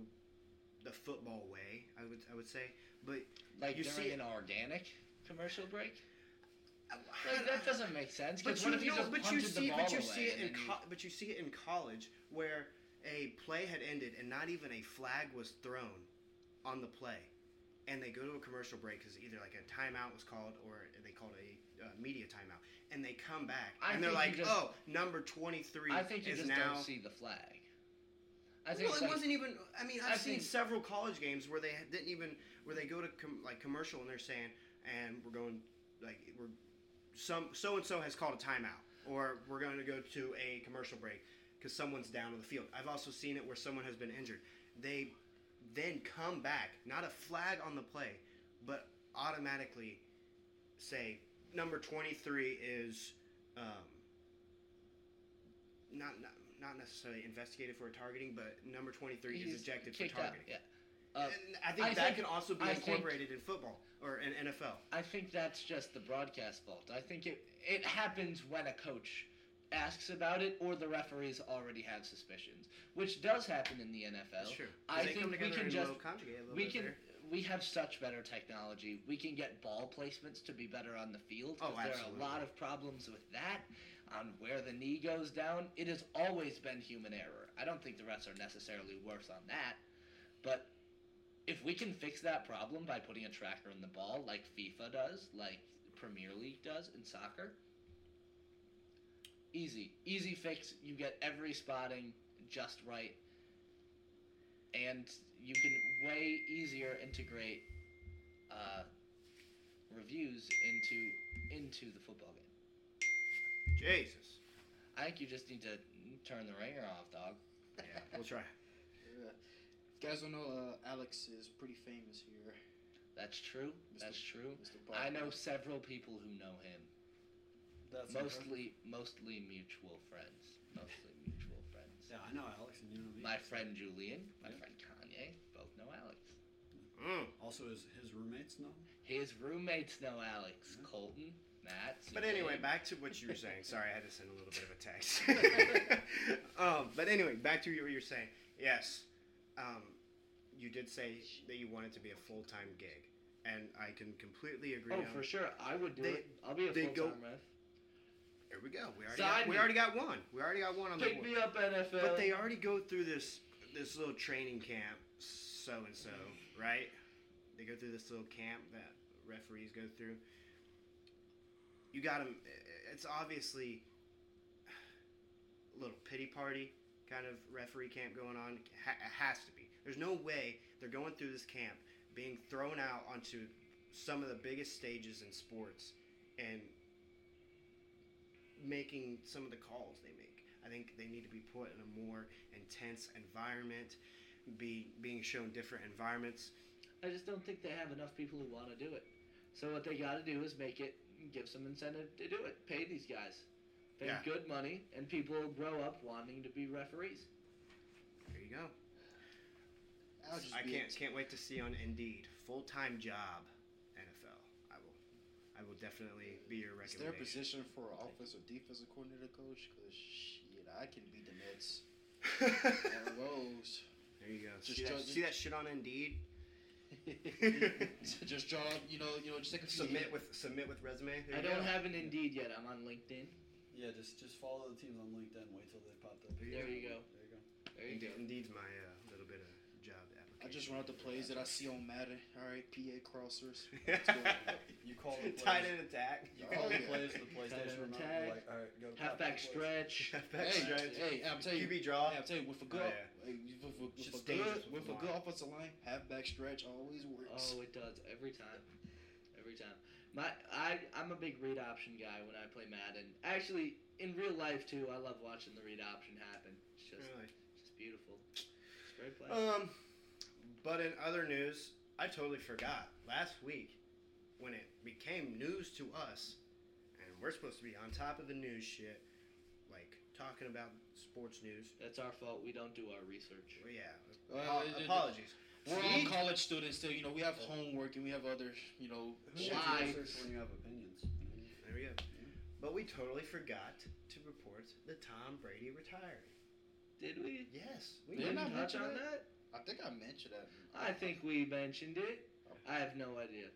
Speaker 1: the football way. I would I would say, but
Speaker 3: Like
Speaker 1: You
Speaker 3: during
Speaker 1: see-
Speaker 3: an organic commercial break?
Speaker 1: uh,
Speaker 3: Like that doesn't make sense. 'cause
Speaker 1: But
Speaker 3: what
Speaker 1: you,
Speaker 3: if you
Speaker 1: know-
Speaker 3: just
Speaker 1: but you
Speaker 3: punted the
Speaker 1: see,
Speaker 3: ball
Speaker 1: but you
Speaker 3: away
Speaker 1: see it
Speaker 3: and
Speaker 1: in,
Speaker 3: then you-
Speaker 1: co- but you see it in college where a play had ended and not even a flag was thrown on the play, and they go to a commercial break because either like a timeout was called or they called a uh, media timeout, and they come back
Speaker 3: I
Speaker 1: and they're
Speaker 3: think
Speaker 1: like,
Speaker 3: you just-
Speaker 1: oh, number twenty three
Speaker 3: I think you
Speaker 1: is
Speaker 3: just
Speaker 1: now.
Speaker 3: don't see the flag. I think
Speaker 1: well, it
Speaker 3: some-
Speaker 1: wasn't even. I mean, I've
Speaker 3: I
Speaker 1: seen
Speaker 3: think-
Speaker 1: several college games where they didn't even where they go to com- like commercial and they're saying, and we're going like we're some so and so has called a timeout or we're going to go to a commercial break because someone's down on the field. I've also seen it where someone has been injured. They then come back, not a flag on the play, but automatically say number twenty three is. Um, not, not not necessarily investigated for targeting, but number twenty three is
Speaker 3: he's
Speaker 1: ejected for
Speaker 3: kicked out,
Speaker 1: targeting.
Speaker 3: Yeah. Uh,
Speaker 1: And I think
Speaker 3: I
Speaker 1: that
Speaker 3: think-
Speaker 1: can also be
Speaker 3: I think-
Speaker 1: incorporated in football or in NFL.
Speaker 3: I think that's just the broadcast fault. I think it it happens when a coach asks about it or the referees already have suspicions, which does happen in the NFL.
Speaker 1: That's true. 'Cause
Speaker 3: I
Speaker 1: they
Speaker 3: think
Speaker 1: come
Speaker 3: we
Speaker 1: together
Speaker 3: can
Speaker 1: in
Speaker 3: just-
Speaker 1: a little conjugate a little
Speaker 3: We
Speaker 1: bit
Speaker 3: can
Speaker 1: there.
Speaker 3: we have such better technology. We can get ball placements to be better on the field.
Speaker 1: Oh,
Speaker 3: 'cause there are a
Speaker 1: absolutely.
Speaker 3: lot of problems with that on where the knee goes down. It has always been human error. I don't think the refs are necessarily worse on that, but if we can fix that problem by putting a tracker in the ball like FIFA does, like Premier League does in soccer, easy, easy fix. You get every spotting just right, and you can way easier integrate uh, reviews into into the football game.
Speaker 1: Jesus.
Speaker 3: I think you just need to turn the ringer off, dog.
Speaker 1: Yeah, we'll try.
Speaker 2: Yeah. If you guys don't know, uh, Alex is pretty famous here.
Speaker 3: That's true. That's true.
Speaker 2: Mr.
Speaker 3: I know
Speaker 2: Barker.
Speaker 3: several people who know him.
Speaker 4: That's
Speaker 3: Mostly, mostly mutual friends. Mostly mutual friends.
Speaker 4: Yeah, I know Alex, and you know me.
Speaker 3: My friend Julian, my
Speaker 4: Yeah.
Speaker 3: friend Kanye, both know Alex.
Speaker 1: Mm.
Speaker 4: Also, his his roommates know.
Speaker 3: His roommates know Alex.
Speaker 4: Yeah.
Speaker 3: Colton, Matt.
Speaker 1: Mm-hmm. But
Speaker 3: Suzanne.
Speaker 1: anyway, back to what you were saying. Sorry, I had to send a little bit of a text. um, but anyway, back to what you were saying. Yes, um, you did say that you wanted to be a full time gig, and I can completely agree.
Speaker 3: Oh,
Speaker 1: on-
Speaker 3: for sure. I would do
Speaker 1: They-
Speaker 3: it. I'll be a
Speaker 1: they
Speaker 3: full
Speaker 1: go-
Speaker 3: time ref.
Speaker 1: There we go. We already,
Speaker 3: Sign
Speaker 1: got, we
Speaker 3: me.
Speaker 1: already got one. We already got one on the
Speaker 3: Pick
Speaker 1: board.
Speaker 3: me up, NFL.
Speaker 1: But they already go through this this little training camp, so and so, right? They go through this little camp that referees go through. you got him. It's obviously a little pity party kind of referee camp going on. Ha- it has to be. There's no way they're going through this camp being thrown out onto some of the biggest stages in sports and making some of the calls they make. I think they need to be put in a more intense environment, be being shown different environments.
Speaker 3: I just don't think they have enough people who want to do it. So what they got to do is make it, give some incentive to do it. Pay these guys, pay
Speaker 1: Yeah.
Speaker 3: good money, and people will grow up wanting to be referees.
Speaker 1: There you go.
Speaker 2: I'll just
Speaker 1: I
Speaker 2: be
Speaker 1: can't can't wait to see on Indeed full time job NFL. I will I will definitely be your
Speaker 2: Is there a
Speaker 1: recommendation.
Speaker 2: position for an offensive defensive coordinator coach? Cause shit, I can be the Nets and Rose.
Speaker 1: there you go.
Speaker 2: Just
Speaker 1: see, that,
Speaker 2: judge-
Speaker 1: see that shit on Indeed?
Speaker 2: So just draw, you know, you know, just take a
Speaker 1: submit with submit with resume. There
Speaker 3: I
Speaker 1: you
Speaker 3: don't
Speaker 1: go.
Speaker 3: have an Indeed yet. I'm on LinkedIn.
Speaker 4: Yeah, just just follow the teams on LinkedIn. Wait till they popped up.
Speaker 3: There you go.
Speaker 4: There you go.
Speaker 3: There you
Speaker 1: Indeed,
Speaker 3: go.
Speaker 1: Indeed's my uh, little bit of job application.
Speaker 2: I just run out the plays that I see on Madden. All right, PA crossers.
Speaker 4: You call the
Speaker 1: Tight end
Speaker 4: plays.
Speaker 1: attack.
Speaker 4: You
Speaker 2: Oh,
Speaker 4: call the
Speaker 2: yeah.
Speaker 4: plays
Speaker 3: Tight
Speaker 4: the
Speaker 3: end
Speaker 4: PlayStation remote.
Speaker 3: attack.
Speaker 4: Like, all right, go. copy
Speaker 3: Halfback
Speaker 4: the plays.
Speaker 3: stretch.
Speaker 1: Halfback
Speaker 2: Hey,
Speaker 1: stretch.
Speaker 2: hey, I'm telling you,
Speaker 1: QB draw.
Speaker 2: hey, I'm telling you, with a good,
Speaker 1: Oh, yeah.
Speaker 2: hey, with, with, with,
Speaker 1: Shit's
Speaker 2: a good,
Speaker 1: dangerous with
Speaker 2: with a
Speaker 1: the
Speaker 2: good
Speaker 1: line.
Speaker 2: offensive line, halfback stretch always works. Uh,
Speaker 3: Oh, it does every time, every time. My, I, I'm a big read option guy when I play Madden. Actually, in real life too, I love watching the read option happen. It's just,
Speaker 1: Really.
Speaker 3: it's just beautiful. It's great play.
Speaker 1: Um, but in other news, I totally forgot last week when it became news to us, and we're supposed to be on top of the news shit, like talking about sports news.
Speaker 3: That's our fault. We don't do our research.
Speaker 1: Well, yeah,
Speaker 2: Well,
Speaker 1: apo-
Speaker 2: it- it-
Speaker 1: apologies.
Speaker 2: We're
Speaker 1: See?
Speaker 2: all college students still, you know. We have homework and we have other, you know.
Speaker 4: Who needs
Speaker 3: Why?
Speaker 4: research when you have opinions?
Speaker 1: There we go.
Speaker 2: Mm-hmm.
Speaker 1: But we totally forgot to report that Tom Brady retired.
Speaker 3: Did we?
Speaker 1: Yes, we
Speaker 3: We
Speaker 2: Did
Speaker 1: did.
Speaker 3: didn't
Speaker 2: I
Speaker 3: touch
Speaker 2: mention
Speaker 3: on
Speaker 2: that?
Speaker 3: that.
Speaker 2: I think I mentioned that.
Speaker 3: I think we mentioned it. I have no idea.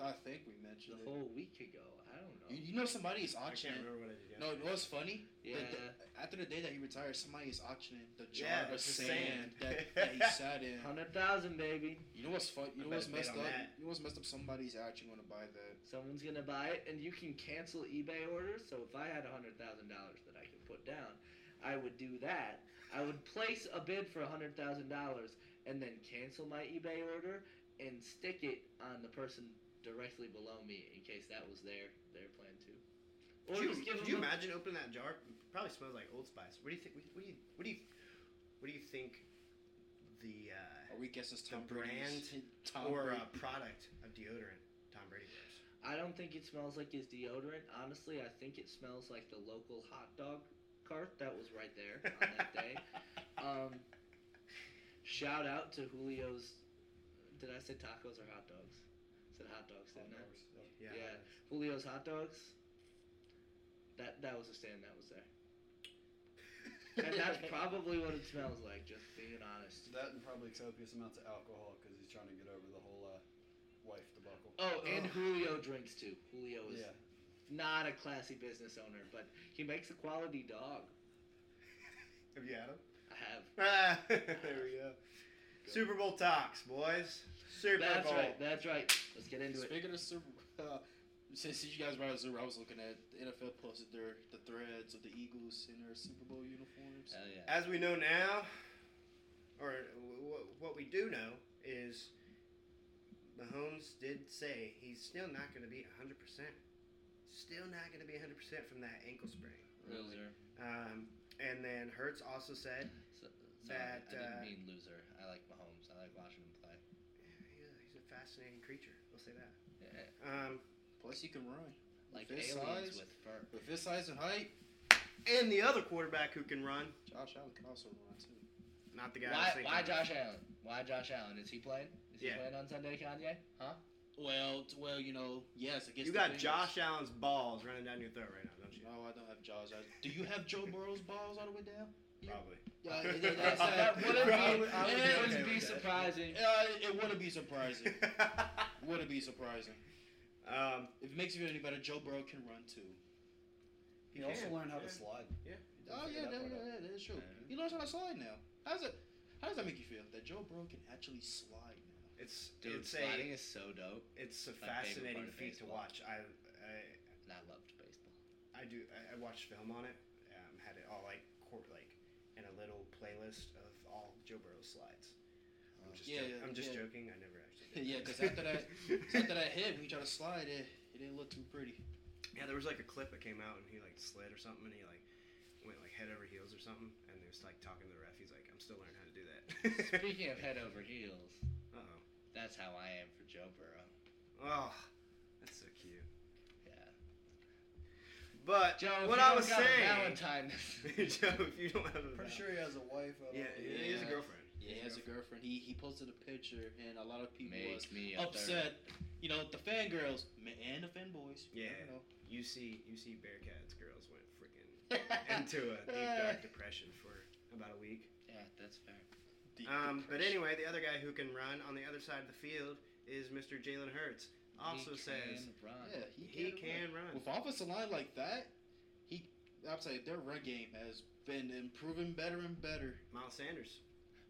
Speaker 2: I think we mentioned
Speaker 3: The
Speaker 2: it.
Speaker 3: whole week ago. I don't
Speaker 2: You,
Speaker 3: know.
Speaker 2: you know, somebody is
Speaker 1: I can't
Speaker 2: auctioning.
Speaker 1: remember what I did.
Speaker 2: No,
Speaker 1: yesterday.
Speaker 2: it was funny.
Speaker 3: Yeah.
Speaker 2: The- the- after the day that he retired, somebody is auctioning the jar
Speaker 1: Yeah,
Speaker 2: of
Speaker 1: it's the
Speaker 2: sand
Speaker 1: sand.
Speaker 2: that, that he sat in.
Speaker 3: Hundred thousand, baby.
Speaker 2: You know what's fun? You
Speaker 1: I
Speaker 2: know what's
Speaker 1: better bid
Speaker 2: messed
Speaker 1: on
Speaker 2: up?
Speaker 1: that.
Speaker 2: You know what's messed up? Somebody's actually going to buy that.
Speaker 3: Someone's gonna buy it, and you can cancel eBay orders. So if I had a hundred thousand dollars that I could put down, I would do that. I would place a bid for a hundred thousand dollars, and then cancel my eBay order and stick it on the person directly below me in case that was their their plan too. Or
Speaker 1: Could you,
Speaker 3: just give
Speaker 1: could
Speaker 3: them
Speaker 1: you
Speaker 3: a-
Speaker 1: imagine opening that jar? It probably smells like Old Spice. What do you think? What do you? What do you? What do you think? The uh,
Speaker 2: Are we guessing it's
Speaker 1: The
Speaker 2: Tom Brady's- Tom
Speaker 1: or
Speaker 2: Brady.
Speaker 1: uh, product of deodorant Tom Brady wears.
Speaker 3: I don't think it smells like his deodorant. Honestly, I think it smells like the local hot dog cart that was right there on that day. Um, shout out to Julio's. Did I say tacos or hot dogs? I said hot dogs, didn't I?
Speaker 1: Yeah.
Speaker 3: Yeah. Julio's hot dogs. That that was a stand that was there, and that's probably what it smells like. Just being honest.
Speaker 4: That and probably copious amounts of alcohol because he's trying to get over the whole uh, wife debacle.
Speaker 3: Oh, and
Speaker 1: Ugh.
Speaker 3: Julio drinks too. Julio is
Speaker 4: Yeah.
Speaker 3: not a classy business owner, but he makes a quality dog.
Speaker 1: Have you had him?
Speaker 3: I have.
Speaker 1: Ah, there we go. Super Bowl talks, boys. Super
Speaker 3: That's
Speaker 1: Bowl.
Speaker 3: right. That's right. Let's get into it.
Speaker 2: Speaking of Super, uh, since since you guys brought up Super, I was looking at the NFL posted their the threads of the Eagles in their Super Bowl uniforms.
Speaker 3: Hell yeah.
Speaker 1: As we know now, or w- what we do know is Mahomes did say he's still not going to be 100%. Still not going to be 100% from that ankle sprain.
Speaker 2: Really?
Speaker 3: Loser.
Speaker 1: Um, and then Hertz also said
Speaker 3: So, sorry,
Speaker 1: That,
Speaker 3: I didn't
Speaker 1: uh,
Speaker 3: mean loser. I like Mahomes. I like watching him play.
Speaker 1: "Yeah, he's a fascinating creature. We'll say that.
Speaker 3: Yeah,
Speaker 1: Um,
Speaker 2: Plus, he can run.
Speaker 3: Eh, like
Speaker 2: With his
Speaker 3: aliens
Speaker 2: size?
Speaker 3: with fur.
Speaker 2: With his size and height,
Speaker 1: and the other quarterback who can run,
Speaker 2: Josh Allen can also run too.
Speaker 1: not the guy. I was
Speaker 3: Why,
Speaker 1: thinking
Speaker 3: why
Speaker 1: of.
Speaker 3: Josh Allen? Why Josh Allen? Is he playing? Is he
Speaker 1: Yeah.
Speaker 3: playing on Sunday, Kanye? Huh?
Speaker 2: Well, t- well, you know, yes, against
Speaker 1: You
Speaker 2: the
Speaker 1: got
Speaker 2: Bengals.
Speaker 1: Josh Allen's balls running down your throat right now, don't you?
Speaker 2: No, I don't have Josh. Allen. Do you have Joe Burrow's balls all the way down?
Speaker 1: Probably.
Speaker 2: Yeah, it, it, that's,
Speaker 3: That's- that
Speaker 2: uh,
Speaker 3: wouldn't
Speaker 1: Probably. I would-
Speaker 3: be,
Speaker 1: I would
Speaker 3: it
Speaker 1: be
Speaker 3: wouldn't
Speaker 1: okay
Speaker 3: be
Speaker 1: with that.
Speaker 3: surprising.
Speaker 2: uh, it wouldn't be surprising. Wouldn't be surprising.
Speaker 1: um,
Speaker 2: If it makes you feel any better, Joe Burrow can run too.
Speaker 4: He also
Speaker 1: can,
Speaker 4: learned how
Speaker 1: yeah.
Speaker 4: to slide.
Speaker 1: Yeah.
Speaker 4: He
Speaker 2: Oh
Speaker 4: figured
Speaker 2: yeah,
Speaker 4: that
Speaker 2: that, yeah,
Speaker 4: part out.
Speaker 2: yeah, that's true.
Speaker 4: Yeah.
Speaker 2: He learns how to slide now. How does it? How does that make you feel? That Joe Burrow can actually slide now.
Speaker 1: It's
Speaker 3: Dude,
Speaker 1: it's
Speaker 3: sliding
Speaker 1: a
Speaker 3: is so dope.
Speaker 1: it's a
Speaker 3: favorite part
Speaker 1: fascinating
Speaker 3: of
Speaker 1: feat to
Speaker 3: baseball.
Speaker 1: watch. I, I
Speaker 3: and I loved baseball.
Speaker 1: I do. I, I watched film on it. Um, had it all like court like in a little playlist of all Joe Burrow slides. I'm just,
Speaker 2: Yeah,
Speaker 1: jo-
Speaker 2: yeah,
Speaker 1: I'm just
Speaker 2: yeah.
Speaker 1: joking. I never actually. Did
Speaker 2: yeah,
Speaker 1: that.
Speaker 2: because after that, 'cause after that hit, when you try to slide it, it didn't look too pretty.
Speaker 1: yeah, there was like a clip that came out and he like slid or something and he like went like head over heels or something and he was like talking to the ref. He's like, I'm still learning how to do that.
Speaker 3: Speaking of head over heels,
Speaker 1: Uh oh.
Speaker 3: that's how I am for Joe Burrow.
Speaker 1: Oh, that's so cute.
Speaker 3: Yeah.
Speaker 1: But
Speaker 3: Joe, if
Speaker 1: what
Speaker 3: you
Speaker 1: I
Speaker 3: don't
Speaker 1: was
Speaker 3: got a
Speaker 1: saying,
Speaker 3: Valentine.
Speaker 1: Joe, if you don't have a
Speaker 4: Pretty sure he has a wife. I don't
Speaker 1: yeah,
Speaker 4: know.
Speaker 1: yeah, he has a
Speaker 2: Yeah.
Speaker 1: girlfriend.
Speaker 2: Yeah, he has a girlfriend. He he posted a picture, and a lot of people was
Speaker 3: Make me a
Speaker 2: upset. You know, the fangirls ma- and the fanboys. you
Speaker 1: Yeah.
Speaker 2: never know.
Speaker 1: UC UC Bearcats girls went freaking
Speaker 3: third.
Speaker 1: into a deep dark depression for about a week.
Speaker 3: yeah, that's fair.
Speaker 2: Deep
Speaker 1: Um, but
Speaker 2: depression.
Speaker 1: anyway, the other guy who can run on the other side of the field is Mr. Jalen Hurts. Also
Speaker 3: He
Speaker 1: says
Speaker 3: can run.
Speaker 2: yeah,
Speaker 1: he can run.
Speaker 2: With offensive line like that, he I'm saying their run game has been improving better and better.
Speaker 1: Miles Sanders.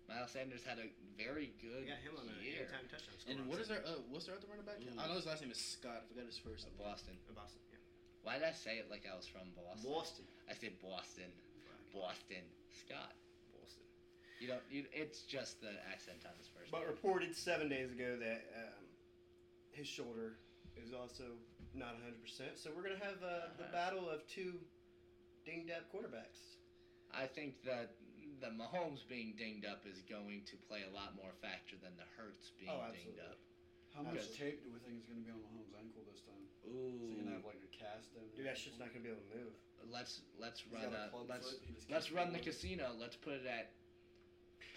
Speaker 3: Miles Sanders had a very good
Speaker 1: We got him on a
Speaker 3: year.
Speaker 1: time touchdown score.
Speaker 2: And
Speaker 1: on
Speaker 2: what is their
Speaker 1: Sunday.
Speaker 2: uh, what's their other running back?
Speaker 3: Mm.
Speaker 2: I know his last name is Scott. I forgot his first
Speaker 3: Of
Speaker 2: name.
Speaker 3: Boston.
Speaker 1: Uh, Boston? Yeah.
Speaker 3: Why did I say it like I was from Boston?
Speaker 1: Boston.
Speaker 3: I said Boston.
Speaker 1: Fuck.
Speaker 3: Boston. Scott.
Speaker 1: Boston.
Speaker 3: You don't. You, it's just the accent on his first.
Speaker 1: But
Speaker 3: name.
Speaker 1: reported seven days ago that um, his shoulder is also not 100%. So we're going to have uh, the
Speaker 3: Uh-huh.
Speaker 1: battle of two ding dab quarterbacks.
Speaker 3: I think that the Mahomes being dinged up is going to play a lot more factor than the Hurts being
Speaker 1: Oh,
Speaker 3: dinged
Speaker 1: absolutely.
Speaker 3: up.
Speaker 4: How much
Speaker 1: Okay.
Speaker 4: tape do we think is going to be on Mahomes' ankle this time? Is he going to
Speaker 3: Ooh.
Speaker 4: have like a cast down
Speaker 1: Dude, that shit's not going to be able to move.
Speaker 3: Let's let's
Speaker 4: He's
Speaker 3: run
Speaker 4: got a
Speaker 3: a,
Speaker 4: club
Speaker 3: let's
Speaker 4: foot, he just
Speaker 3: let's
Speaker 4: can't
Speaker 3: run the
Speaker 4: move.
Speaker 3: casino. Let's put it at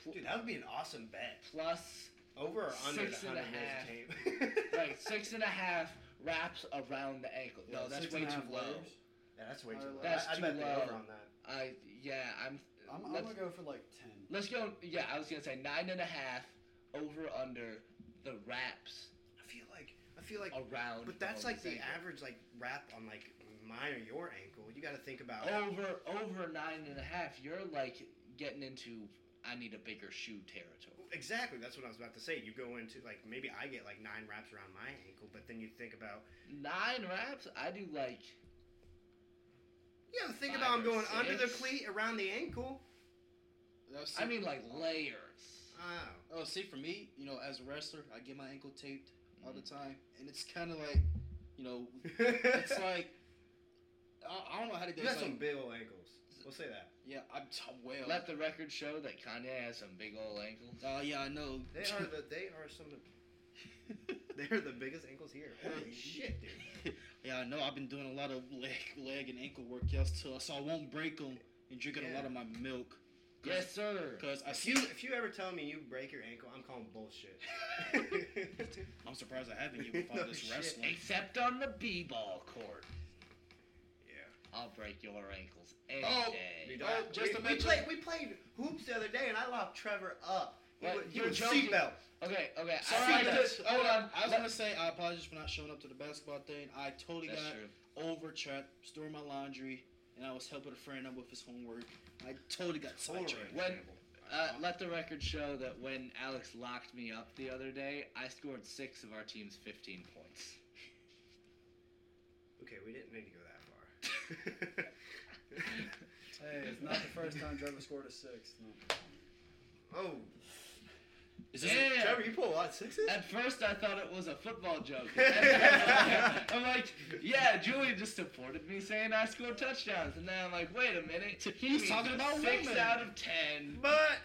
Speaker 3: pl-
Speaker 1: Dude, that would be an awesome bet.
Speaker 3: plus
Speaker 1: Over or under
Speaker 3: Six
Speaker 1: the
Speaker 3: and a
Speaker 1: 100
Speaker 3: half.
Speaker 1: days tape.
Speaker 3: like six and a half wraps around the ankle.
Speaker 4: Yeah,
Speaker 3: no, that's
Speaker 4: six
Speaker 3: way
Speaker 4: and a
Speaker 3: too
Speaker 4: half
Speaker 3: low.
Speaker 4: layers.
Speaker 1: Yeah, that's way too low.
Speaker 4: That's
Speaker 1: I, I
Speaker 3: too
Speaker 1: bet the
Speaker 3: low.
Speaker 1: over on that.
Speaker 3: I yeah I'm.
Speaker 4: I'm, I'm
Speaker 3: let's,
Speaker 4: going to go for like 10.
Speaker 3: let's go. Yeah, I was gonna say nine and a half over under the wraps
Speaker 1: I feel like I feel like,
Speaker 3: around.
Speaker 1: but that's like
Speaker 3: Mahomes'
Speaker 1: the
Speaker 3: ankle.
Speaker 1: average like wrap on like mine or your ankle. You got to think about.
Speaker 3: over over nine and a half, you're like getting into I need a bigger shoe territory.
Speaker 1: Exactly, that's what I was about to say. You go into like maybe I get like nine wraps around my ankle, but then you think about
Speaker 3: Nine wraps, I do like
Speaker 1: yeah, but think
Speaker 3: Five
Speaker 1: about I'm
Speaker 3: or
Speaker 1: going under the
Speaker 3: six.
Speaker 1: cleat around the ankle.
Speaker 2: That's-
Speaker 3: I mean like layers.
Speaker 1: Oh,
Speaker 2: oh, see, for me, you know, as a wrestler, I get my ankle taped all the
Speaker 3: Mm.
Speaker 2: time, and it's kind of like, you know, it's like. I I don't know how to do
Speaker 1: you got
Speaker 2: it. It's
Speaker 1: some
Speaker 2: Like,
Speaker 1: big old ankles. We'll say that
Speaker 2: yeah, I'm t- well.
Speaker 3: Let the record show that Kanye has some big old ankles.
Speaker 2: Oh yeah, I know.
Speaker 1: they are the they are some of they are the biggest ankles here. Holy shit, dude!
Speaker 2: yeah, I know. I've been doing a lot of leg, leg and ankle workouts too, so I won't break them and drinking a
Speaker 1: Yeah.
Speaker 2: lot of my milk.
Speaker 3: Yes, sir.
Speaker 2: Because I
Speaker 1: If
Speaker 2: see,
Speaker 1: you if you ever tell me you break your ankle, I'm calling bullshit.
Speaker 2: I'm surprised I haven't yet with all
Speaker 1: No
Speaker 2: this
Speaker 1: shit.
Speaker 2: wrestling.
Speaker 3: Except on the b-ball court,
Speaker 1: yeah.
Speaker 3: I'll break your ankles any
Speaker 2: Oh,
Speaker 1: We,
Speaker 3: day.
Speaker 2: don't- Oh, just
Speaker 1: we,
Speaker 2: to
Speaker 1: we
Speaker 2: mention-
Speaker 1: played we played hoops the other day and I locked Trevor up. He
Speaker 3: What?
Speaker 1: wa- He
Speaker 3: You're
Speaker 1: was
Speaker 3: joking?
Speaker 1: seatbelt.
Speaker 3: Okay, okay.
Speaker 2: Sorry,
Speaker 3: I like
Speaker 2: that's-
Speaker 3: this. Hold on.
Speaker 2: I was
Speaker 3: Let-
Speaker 2: gonna say I apologize for not showing up to the basketball thing. I totally
Speaker 3: That's
Speaker 2: got
Speaker 3: true.
Speaker 2: overtrapped, storing my laundry, and I was helping a friend up with his homework. I totally got sidetracked.
Speaker 3: When- Uh, let the record show that when Alex locked me up the other day, I scored six of our team's 15 points.
Speaker 1: Okay, we didn't need to go that far.
Speaker 4: Hey, it's not the first time Trevor scored a six. No.
Speaker 1: oh,
Speaker 2: Is this
Speaker 3: Yeah.
Speaker 1: Trevor, you pull a lot of sixes.
Speaker 3: At first, I thought it was a football joke. And then I'm like, yeah, Julian just supported me saying I scored touchdowns, and then I'm like, wait a minute,
Speaker 2: He's talking about
Speaker 3: six
Speaker 2: women.
Speaker 3: out of ten.
Speaker 1: But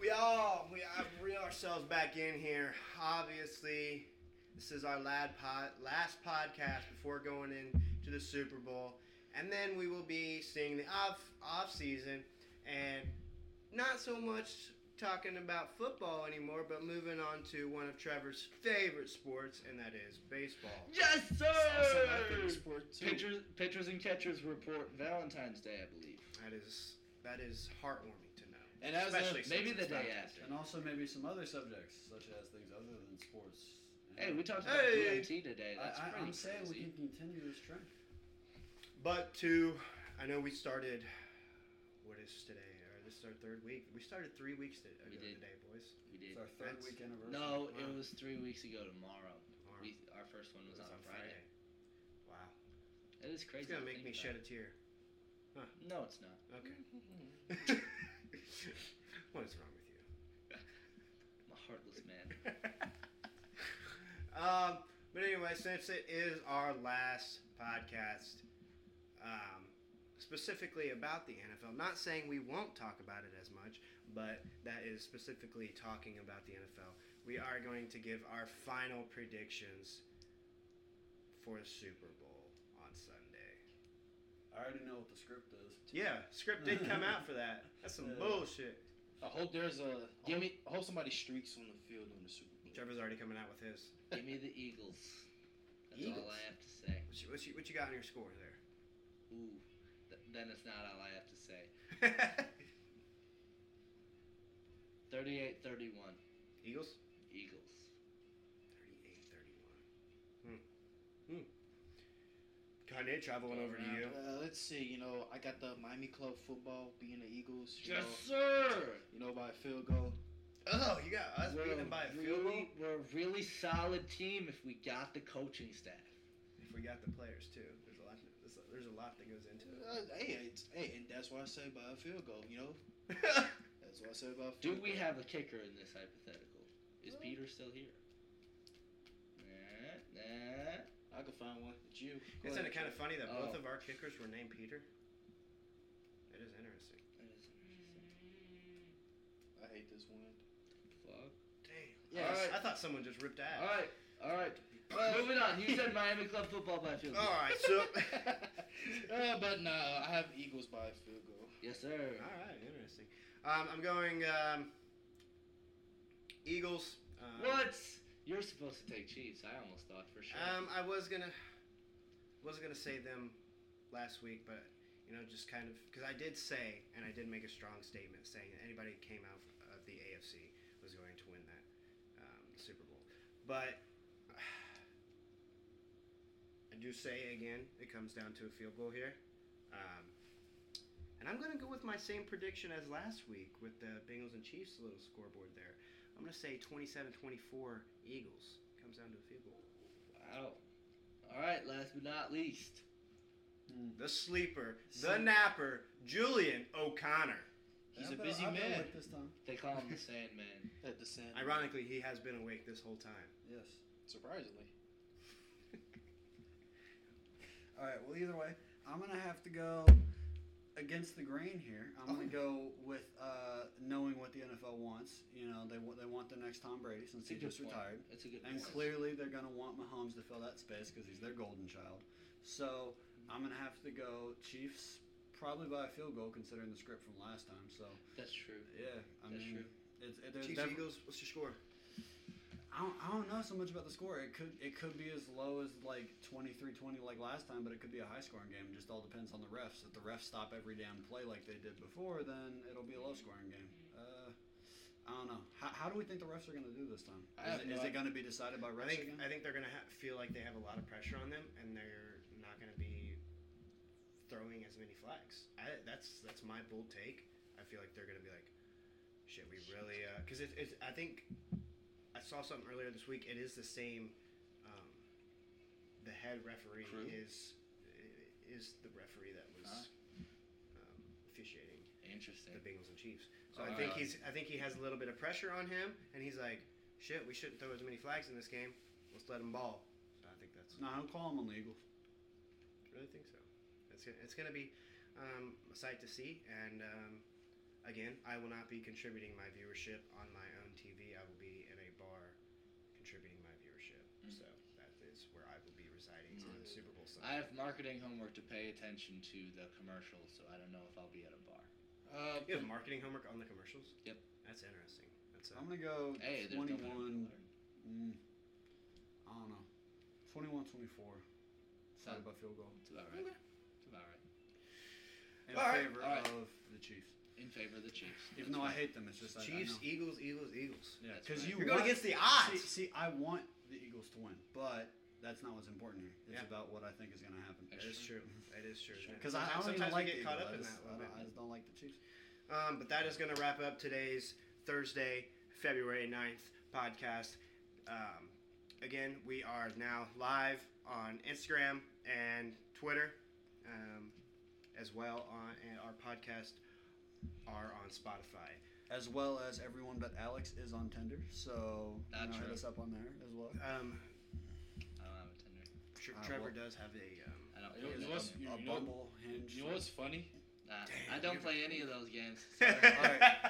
Speaker 1: we all we I reel ourselves back in here. Obviously, this is our lad pod, last podcast before going into the Super Bowl, and then we will be seeing the off off season and not so much talking about football anymore, but moving on to one of Trevor's favorite sports, and that is baseball.
Speaker 3: Yes,
Speaker 2: also my favorite
Speaker 3: sir.
Speaker 2: sport too?
Speaker 3: Pitchers, pitchers and catchers report Valentine's Day, I believe.
Speaker 1: That is that is heartwarming to know.
Speaker 2: And as
Speaker 1: Especially
Speaker 2: a,
Speaker 1: Since
Speaker 3: Maybe
Speaker 1: it's
Speaker 3: the day
Speaker 1: Valentine's
Speaker 3: after.
Speaker 4: And also maybe some other subjects, such as things other than sports.
Speaker 3: Hey, we talked about
Speaker 1: Hey.
Speaker 3: DMT today. That's
Speaker 4: I, I,
Speaker 3: pretty
Speaker 4: I'm saying
Speaker 3: crazy.
Speaker 4: we can continue this trend.
Speaker 1: But to, I know we started. What is today? Or this is our third week. We started three weeks to, ago
Speaker 3: We did.
Speaker 1: today, boys.
Speaker 3: We did.
Speaker 4: It's our third
Speaker 1: That's-
Speaker 4: week anniversary.
Speaker 3: No,
Speaker 1: Wow.
Speaker 3: it was three weeks ago tomorrow.
Speaker 1: Tomorrow.
Speaker 3: we our first one was on, Friday.
Speaker 1: Wow.
Speaker 3: It is crazy.
Speaker 1: It's gonna
Speaker 3: to
Speaker 1: make
Speaker 3: think
Speaker 1: me
Speaker 3: about.
Speaker 1: shed a tear.
Speaker 3: No, it's not.
Speaker 1: Okay. what is wrong with you?
Speaker 3: I'm a heartless man.
Speaker 1: um, but anyway, since it is our last podcast, um, specifically about the NFL, not saying we won't talk about it as much, but that is specifically talking about the NFL. We are going to give our final predictions for the Super Bowl on Sunday.
Speaker 4: I already know what the script is.
Speaker 1: Yeah, script did come out for that. That's some
Speaker 4: Yeah.
Speaker 1: bullshit.
Speaker 2: I hope there's a. I
Speaker 3: Give
Speaker 2: hope,
Speaker 3: me-
Speaker 2: I hope somebody streaks on the field on the Super Bowl.
Speaker 1: Trevor's already coming out with his.
Speaker 3: Give me the Eagles. That's all
Speaker 2: Eagles?
Speaker 3: I have to say.
Speaker 1: What you, what you, what you got on your score there?
Speaker 3: Ooh, th- then it's not all I have to say. 38-31,
Speaker 1: Eagles?
Speaker 3: Eagles.
Speaker 1: 38 31. Hmm. Hmm. Kanye, traveling over to you.
Speaker 2: Uh, let's see. You know, I got the Miami Club football being the Eagles. You
Speaker 3: Yes, sir.
Speaker 2: know, you know by a field goal.
Speaker 1: Oh, you got us beating them by a
Speaker 3: really,
Speaker 1: field goal?
Speaker 3: We're a really solid team if we got the coaching staff.
Speaker 1: If we got the players, too. There's a lot, there's a, there's a lot that goes into
Speaker 2: Uh, hey, it's, hey, and that's why I say by a field goal. You know,
Speaker 1: it.
Speaker 2: that's why I say by. A
Speaker 3: Do
Speaker 2: field
Speaker 3: we
Speaker 2: goal.
Speaker 3: have a kicker in this hypothetical? Is
Speaker 2: Well-
Speaker 3: Peter still here? Nah, nah.
Speaker 2: I could find one. It's you. Go
Speaker 1: Isn't
Speaker 2: ahead,
Speaker 1: it kind of
Speaker 2: Trey.
Speaker 1: funny that both
Speaker 3: Oh.
Speaker 1: of our kickers were named Peter? It is interesting.
Speaker 3: That is interesting.
Speaker 2: I hate this one.
Speaker 3: Fuck.
Speaker 1: Damn.
Speaker 3: Yeah,
Speaker 1: I,
Speaker 3: alright.
Speaker 1: I thought someone just ripped ass.
Speaker 3: All right, all right. Well, moving on. You said Miami Club football by a field goal.
Speaker 4: Oh.
Speaker 1: All right, so.
Speaker 2: uh, but no, I have Eagles by a field goal.
Speaker 3: Yes, sir.
Speaker 4: Uh,
Speaker 1: All right, interesting. Um, I'm going um, Eagles. Um,
Speaker 3: What? You're supposed to take Chiefs. I almost thought for sure.
Speaker 1: Um, I was gonna was gonna say them last week, but you know, just kind of because I did say and I did make a strong statement saying that anybody that came out of the AFC was going to win that um, Super Bowl. But I do say again, it comes down to a field goal here, um, and I'm gonna go with my same prediction as last week with the Bengals and Chiefs little scoreboard there. I'm gonna say 27-24 Eagles comes down to a field goal.
Speaker 3: wow. All right. Last but not least, Hmm.
Speaker 1: the sleeper, the
Speaker 4: Sleeper.
Speaker 1: napper, Julian O'Connor.
Speaker 2: He's
Speaker 4: I've
Speaker 2: a
Speaker 4: been-
Speaker 2: busy
Speaker 4: I've been
Speaker 2: man.
Speaker 4: awake this time.
Speaker 3: they call him the Sandman.
Speaker 2: At the Sand.
Speaker 1: Ironically, he has been awake this whole time.
Speaker 4: Yes.
Speaker 2: Surprisingly.
Speaker 4: All right. Well, either way, I'm gonna have to go against the grain here. I'm gonna
Speaker 3: Oh.
Speaker 4: go with uh, knowing what the NFL wants. You know, they want they want the next Tom Brady
Speaker 3: It's
Speaker 4: since
Speaker 3: a
Speaker 4: he
Speaker 3: good
Speaker 4: just
Speaker 3: point.
Speaker 4: retired,
Speaker 3: It's a good
Speaker 4: and
Speaker 3: point.
Speaker 4: clearly they're gonna want Mahomes to fill that space because he's their golden child. So I'm gonna have to go Chiefs, probably by a field goal considering the script from last time. So
Speaker 3: That's true.
Speaker 4: yeah, I
Speaker 3: That's
Speaker 4: mean,
Speaker 3: true.
Speaker 4: it's it, there's
Speaker 1: Chiefs
Speaker 4: defi-
Speaker 1: Eagles, what's your score?
Speaker 4: I don't, I don't know so much about the score. It could it could be as low as like 23-20 like last time, but it could be a high scoring game. It just all depends on the refs. If the refs stop every damn play like they did before, then it'll be a low scoring game. Uh, I don't know. How, how do we think the refs are going to do this time?
Speaker 2: I
Speaker 4: Is,
Speaker 2: have
Speaker 4: it-
Speaker 2: no
Speaker 4: is
Speaker 2: idea.
Speaker 4: it going to be decided by
Speaker 1: I
Speaker 4: refs
Speaker 1: think
Speaker 4: again?
Speaker 1: I think they're gonna ha- feel like they have a lot of pressure on them, and they're not gonna be throwing as many flags. I, that's that's my bold take. I feel like they're gonna be like, shit, we really because it, it's I think I saw something earlier this week. It is the same. Um, the head referee
Speaker 2: Crew?
Speaker 1: is is the referee that was um, officiating
Speaker 3: Interesting.
Speaker 1: the Bengals and Chiefs. So I
Speaker 3: Alright.
Speaker 1: think he's I think he has a little bit of pressure on him, and he's like, shit, we shouldn't throw as many flags in this game. Let's let him ball. So I think that's.
Speaker 4: no, I'll call them on the Eagles.
Speaker 1: I really think so. It's gonna, it's gonna be um, a sight to see, and um, again, I will not be contributing my viewership on my own TV. I will be in a bar contributing my viewership.
Speaker 3: Mm.
Speaker 1: So that is where I will be residing on
Speaker 2: Mm.
Speaker 1: Super Bowl Sunday.
Speaker 3: I have marketing homework to pay attention to the commercials, so I don't know if I'll be at a bar.
Speaker 2: Uh,
Speaker 1: you have marketing homework on the commercials.
Speaker 3: Yep.
Speaker 1: That's interesting. That's a,
Speaker 4: I'm going to go
Speaker 3: Hey, there's no better
Speaker 4: 21.
Speaker 3: way to learn.
Speaker 4: mm, I don't know. 21-24. Decided
Speaker 3: Sound-
Speaker 4: by field goal
Speaker 3: It's
Speaker 1: uh,
Speaker 3: about right. It's about right.
Speaker 4: in
Speaker 1: All right.
Speaker 4: favor
Speaker 3: All right.
Speaker 4: of the Chiefs.
Speaker 3: In favor of the Chiefs.
Speaker 4: Even though I hate them, it's just I-
Speaker 1: Chiefs,
Speaker 4: I know.
Speaker 1: Eagles, Eagles, Eagles.
Speaker 4: Yeah,
Speaker 3: That's
Speaker 4: because
Speaker 3: right.
Speaker 4: you
Speaker 1: You're going
Speaker 4: want-
Speaker 1: against the odds.
Speaker 4: See, see, I want the Eagles to win, but that's not what's important here. It's
Speaker 1: Yeah.
Speaker 4: about what I think is going to happen.
Speaker 1: That is true. That is true.
Speaker 4: Because I, I don't even
Speaker 1: sometimes
Speaker 4: like
Speaker 1: we get
Speaker 4: the
Speaker 1: caught
Speaker 4: Eagles.
Speaker 1: up in
Speaker 4: I
Speaker 1: that.
Speaker 4: just-
Speaker 1: a
Speaker 4: I
Speaker 1: little
Speaker 4: don't- I just don't like the Chiefs.
Speaker 1: bit. Um, but that is going to wrap up today's Thursday, February 9th podcast. Um, again, we are now live on Instagram and Twitter, um, as well on and our podcast are on Spotify.
Speaker 4: As well as everyone but Alex is on Tinder, so you
Speaker 3: That's
Speaker 4: know, hit
Speaker 3: right.
Speaker 4: us up on there as well.
Speaker 1: Um,
Speaker 3: I don't have a Tinder.
Speaker 1: Tre-
Speaker 4: Uh,
Speaker 1: Trevor
Speaker 4: well-
Speaker 1: does have a. Um,
Speaker 3: I don't
Speaker 2: You know-
Speaker 3: play
Speaker 2: you know
Speaker 3: those
Speaker 2: what's-
Speaker 3: games.
Speaker 2: you-
Speaker 4: A
Speaker 2: you know-
Speaker 4: Bumble, Hinge.
Speaker 2: You know what's funny?
Speaker 3: Nah, I
Speaker 1: Damn,
Speaker 3: don't
Speaker 1: you-
Speaker 3: play any of those games.
Speaker 1: um,
Speaker 4: All right,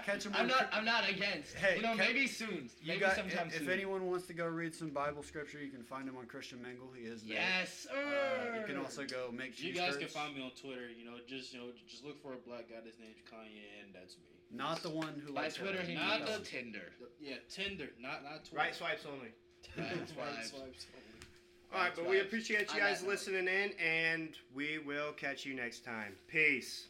Speaker 4: catch 'em
Speaker 3: I'm
Speaker 4: on
Speaker 3: not.
Speaker 4: Chri-
Speaker 3: I'm not against.
Speaker 4: Hey,
Speaker 3: you know,
Speaker 4: Kev-
Speaker 3: maybe soon.
Speaker 4: You
Speaker 3: Maybe
Speaker 4: got-
Speaker 3: sometime
Speaker 4: if, if
Speaker 3: soon.
Speaker 4: anyone wants to go read some Bible scripture, you can find him on Christian Mingle. He is there.
Speaker 3: yes.
Speaker 4: Uh, you can
Speaker 3: er.
Speaker 4: also go make cheese
Speaker 2: You guys can
Speaker 4: curds.
Speaker 2: find me on Twitter. You know, just you know, just look for a black guy. His name's Kanye, and that's me.
Speaker 4: Not the one who
Speaker 3: By
Speaker 4: likes
Speaker 3: Twitter,
Speaker 4: heroin.
Speaker 3: he
Speaker 2: Not
Speaker 3: means
Speaker 2: the-
Speaker 3: Tinder.
Speaker 2: Yeah, Tinder, not not Twitter.
Speaker 1: right swipes only.
Speaker 3: Right
Speaker 2: Right
Speaker 3: swipes.
Speaker 2: swipes only.
Speaker 1: All right,
Speaker 3: That's
Speaker 1: but we
Speaker 3: right.
Speaker 1: appreciate you
Speaker 3: On that
Speaker 1: guys
Speaker 3: note.
Speaker 1: listening in, and we will catch you next time. Peace.